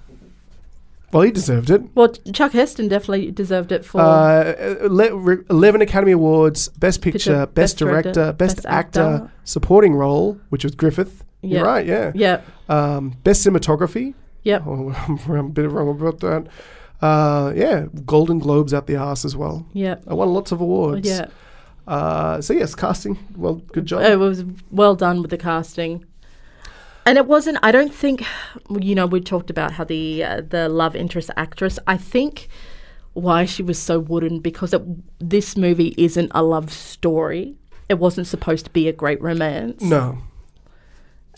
Speaker 2: Well, he deserved it.
Speaker 1: Well, Chuck Heston definitely deserved it for.
Speaker 2: Uh, ele- re- 11 Academy Awards, Best Picture,
Speaker 1: Picture,
Speaker 2: Best,
Speaker 1: Best
Speaker 2: Director,
Speaker 1: Director,
Speaker 2: Best,
Speaker 1: Best
Speaker 2: actor,
Speaker 1: Actor.
Speaker 2: Supporting Role, which was Griffith.
Speaker 1: Yeah.
Speaker 2: You're right, yeah.
Speaker 1: Yeah.
Speaker 2: Um, best Cinematography. [LAUGHS]
Speaker 1: Yep.
Speaker 2: Oh, I'm a bit wrong about that. Uh, yeah, Golden Globes out the arse as well.
Speaker 1: Yep.
Speaker 2: I won lots of awards.
Speaker 1: Yeah. Oh,
Speaker 2: Uh, so yes, casting. Well, good job.
Speaker 1: It was well done with the casting. and it wasn't. I don't think. You know, we talked about how the uh, the love interest actress. I think why she was so wooden because it, this movie isn't a love story. It wasn't supposed to be a great romance.
Speaker 2: No.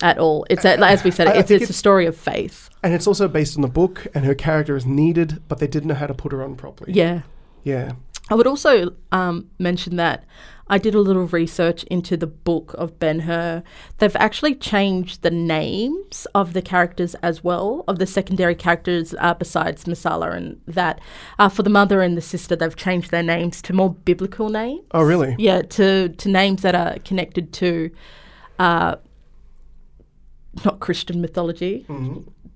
Speaker 1: At all. It's a, as we said.
Speaker 2: I- I
Speaker 1: It's,
Speaker 2: think
Speaker 1: it's a
Speaker 2: it-
Speaker 1: story of faith.
Speaker 2: And it's also based on the book, and her character is needed, but they didn't know how to put her on properly.
Speaker 1: Yeah.
Speaker 2: Yeah.
Speaker 1: I would also um, mention that I did a little research into the book of Ben Hur. They've actually changed the names of the characters as well, of the secondary characters uh, besides Masala and that. Uh, for the mother and the sister, they've changed their names to more biblical names.
Speaker 2: Oh, really?
Speaker 1: Yeah, to, to names that are connected to uh, not Christian mythology,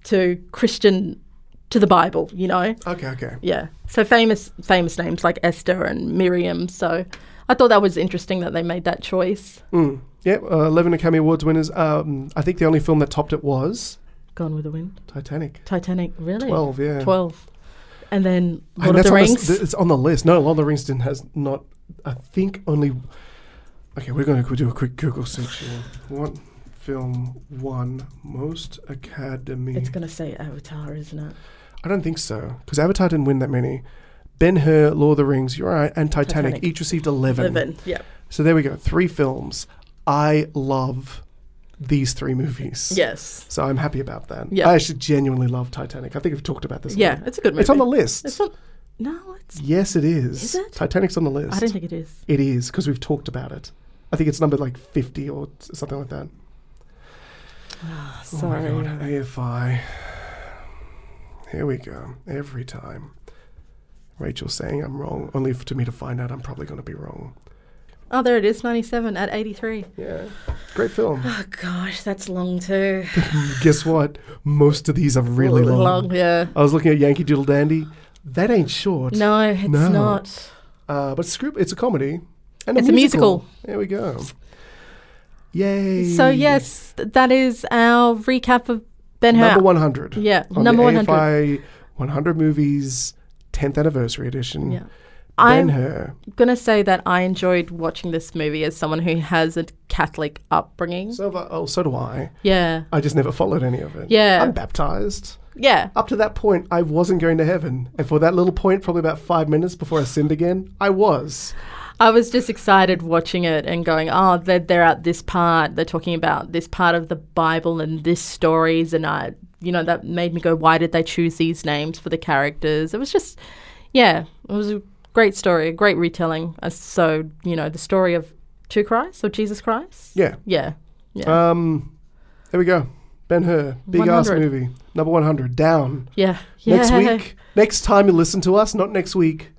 Speaker 1: to Christian, to the Bible, you know?
Speaker 2: Okay, okay.
Speaker 1: Yeah. So famous famous names like Esther and Miriam. So I thought that was interesting that they made that choice.
Speaker 2: Mm. Yeah, uh, 11 Academy Awards winners. Um, I think the only film that topped it was
Speaker 1: Gone with the Wind.
Speaker 2: Titanic.
Speaker 1: Titanic, really?
Speaker 2: 12, yeah.
Speaker 1: 12. And then Lord
Speaker 2: And
Speaker 1: of the
Speaker 2: on the
Speaker 1: Rings.
Speaker 2: s- th- it's on the list. No, Lord of the Rings didn't, has not, I think only. Okay, we're going to do a quick Google search here. What film won most Academy?
Speaker 1: it's going to say Avatar, isn't it?
Speaker 2: I don't think so, because Avatar didn't win that many. Ben Hur, Lord of the Rings, you're right, and Titanic,
Speaker 1: Titanic.
Speaker 2: each received 11.
Speaker 1: 11, yep.
Speaker 2: So there we go, three films. I love these three movies.
Speaker 1: Yes.
Speaker 2: So I'm happy about that.
Speaker 1: Yeah.
Speaker 2: I actually genuinely love Titanic. I think we've talked about this.
Speaker 1: Yeah,
Speaker 2: lot.
Speaker 1: it's a good movie.
Speaker 2: It's on the list.
Speaker 1: It's not, no, it's
Speaker 2: yes, it is.
Speaker 1: Is it?
Speaker 2: Titanic's on the list.
Speaker 1: I don't think it is.
Speaker 2: It is, because we've talked about it. I think it's numbered like 50 or t- something like that.
Speaker 1: sorry.
Speaker 2: Oh my god, AFI. Here we go. Every time. Rachel saying I'm wrong, only for to me to find out I'm probably going to be wrong.
Speaker 1: Oh, there it is, 97 at 83.
Speaker 2: Yeah. Great film.
Speaker 1: Oh gosh, that's long too.
Speaker 2: Guess what? Most of these are really long.
Speaker 1: Long, yeah.
Speaker 2: I was looking at Yankee Doodle Dandy. That ain't short.
Speaker 1: No, it's
Speaker 2: No.
Speaker 1: not.
Speaker 2: Uh, but Scroop, it's a comedy. And
Speaker 1: It's a musical.
Speaker 2: There we go. Yay.
Speaker 1: So yes, th- that is our recap of Ben Hur.
Speaker 2: Number 100.
Speaker 1: Yeah,
Speaker 2: on
Speaker 1: number
Speaker 2: the
Speaker 1: 100.
Speaker 2: AFI 100 Movies 10th Anniversary Edition.
Speaker 1: Yeah. I'm-
Speaker 2: Ben Hur.
Speaker 1: gonna say that I enjoyed watching this movie as someone who has a Catholic upbringing.
Speaker 2: So, have I- oh, so do I.
Speaker 1: Yeah.
Speaker 2: I just never followed any of it.
Speaker 1: Yeah.
Speaker 2: I'm baptized.
Speaker 1: Yeah.
Speaker 2: Up to that point, I wasn't going to heaven. And for that little point, probably about five minutes before I sinned again, I was.
Speaker 1: I was just excited watching it and going, oh, they're, they're at this part. They're talking about this part of the Bible and this stories. And I, you know, that made me go, why did they choose these names for the characters? It was just, yeah, it was a great story, a great retelling. Uh, So, you know, the story of two Christ or Jesus Christ.
Speaker 2: Yeah.
Speaker 1: Yeah. Yeah.
Speaker 2: Um, there we go. Ben Hur, big ass
Speaker 1: 100.
Speaker 2: movie, number 100, down.
Speaker 1: yeah.
Speaker 2: Next
Speaker 1: Yeah.
Speaker 2: week, next time you listen to us, not
Speaker 1: [LAUGHS]
Speaker 2: next week,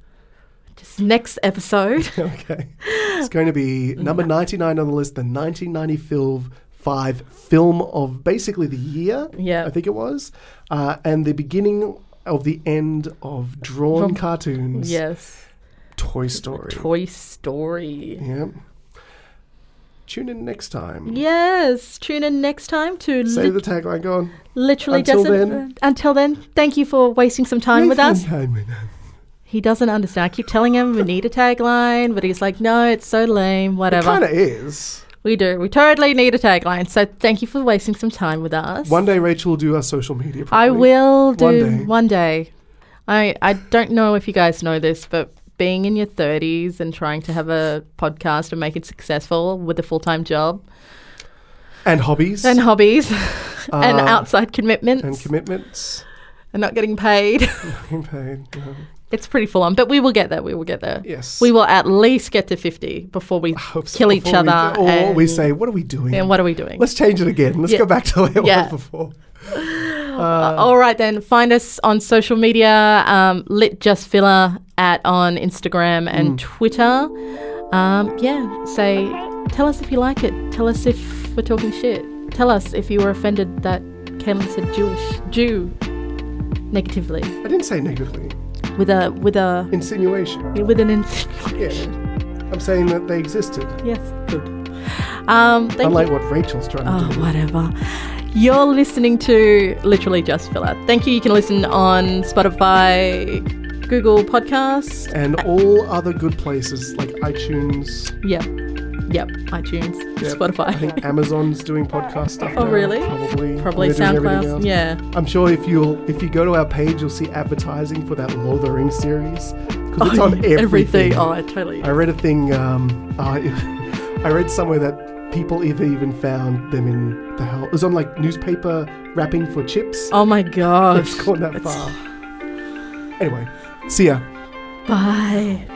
Speaker 1: Just next episode.
Speaker 2: okay. It's going to be number 99 on the list, the 1990 film, five film of basically the year,
Speaker 1: Yeah.
Speaker 2: I think it was, uh, and the beginning of the end of drawn
Speaker 1: Drawn-
Speaker 2: cartoons,
Speaker 1: yes.
Speaker 2: Toy Story.
Speaker 1: Toy Story.
Speaker 2: Yep. Tune in next time.
Speaker 1: Yes. Tune in next time to
Speaker 2: Say
Speaker 1: lit-
Speaker 2: the tagline, go on.
Speaker 1: literally
Speaker 2: Until
Speaker 1: doesn't.
Speaker 2: then.
Speaker 1: until then, thank you for wasting some time with us. He doesn't understand. I keep telling him we need a tagline, but he's like, no, it's so lame.
Speaker 2: It
Speaker 1: Whatever.
Speaker 2: kind of is.
Speaker 1: We do. We totally need a tagline. So thank you for wasting some time with us.
Speaker 2: One day Rachel will do our social media.
Speaker 1: I
Speaker 2: properly.
Speaker 1: will do
Speaker 2: One day.
Speaker 1: one day. I I don't know if you guys know this, but being in your 30s and trying to have a podcast and make it successful with a full-time job
Speaker 2: And hobbies.
Speaker 1: and hobbies [LAUGHS] and
Speaker 2: Uh,
Speaker 1: outside commitments
Speaker 2: and commitments.
Speaker 1: and not getting paid. [LAUGHS]
Speaker 2: Being paid. no.
Speaker 1: It's pretty full on, but we will get there. We will get there.
Speaker 2: Yes.
Speaker 1: We will at least get to 50 before we kill
Speaker 2: So
Speaker 1: each
Speaker 2: before we-
Speaker 1: other.
Speaker 2: or
Speaker 1: and,
Speaker 2: we say, what are we doing?
Speaker 1: and what are we doing?
Speaker 2: Let's change it again. Let's
Speaker 1: Yeah.
Speaker 2: go back to where it
Speaker 1: Yeah.
Speaker 2: was before.
Speaker 1: All right, then. Find us on social media um, Lit Just Filler at on Instagram and Twitter. Um, yeah. Say, tell us if you like it. Tell us if we're talking shit. Tell us if you were offended that Caitlin said Jewish Jew negatively
Speaker 2: I didn't say negatively.
Speaker 1: with a with a
Speaker 2: Insinuation.
Speaker 1: with an insinuation.
Speaker 2: Yeah. I'm saying that they existed.
Speaker 1: [LAUGHS] Yes, good. Um, thank
Speaker 2: Unlike
Speaker 1: you.
Speaker 2: what Rachel's trying to
Speaker 1: Oh,
Speaker 2: do.
Speaker 1: whatever. You're listening to Literally Just Filler. Thank you. You can listen on Spotify, Google Podcasts.
Speaker 2: And all other good places like iTunes,
Speaker 1: Yeah. Yep, iTunes,
Speaker 2: Yep. I
Speaker 1: Spotify.
Speaker 2: think Amazon's doing podcast stuff.
Speaker 1: Oh,
Speaker 2: now,
Speaker 1: really? [LAUGHS]
Speaker 2: Probably.
Speaker 1: Probably
Speaker 2: They're doing everything
Speaker 1: SoundCloud,
Speaker 2: else.
Speaker 1: yeah.
Speaker 2: I'm sure if you'll if you go to our page, you'll see advertising for that Lord of the Rings series because it's
Speaker 1: Oh,
Speaker 2: on
Speaker 1: yeah, [LAUGHS]
Speaker 2: everything.
Speaker 1: everything. Oh, I totally-
Speaker 2: I read a thing. Um, I [LAUGHS] I read somewhere that people either even found them in the hell. It was on like newspaper wrapping for chips.
Speaker 1: Oh my
Speaker 2: [LAUGHS]
Speaker 1: gosh.
Speaker 2: It's gone that far. Anyway, see ya.
Speaker 1: Bye.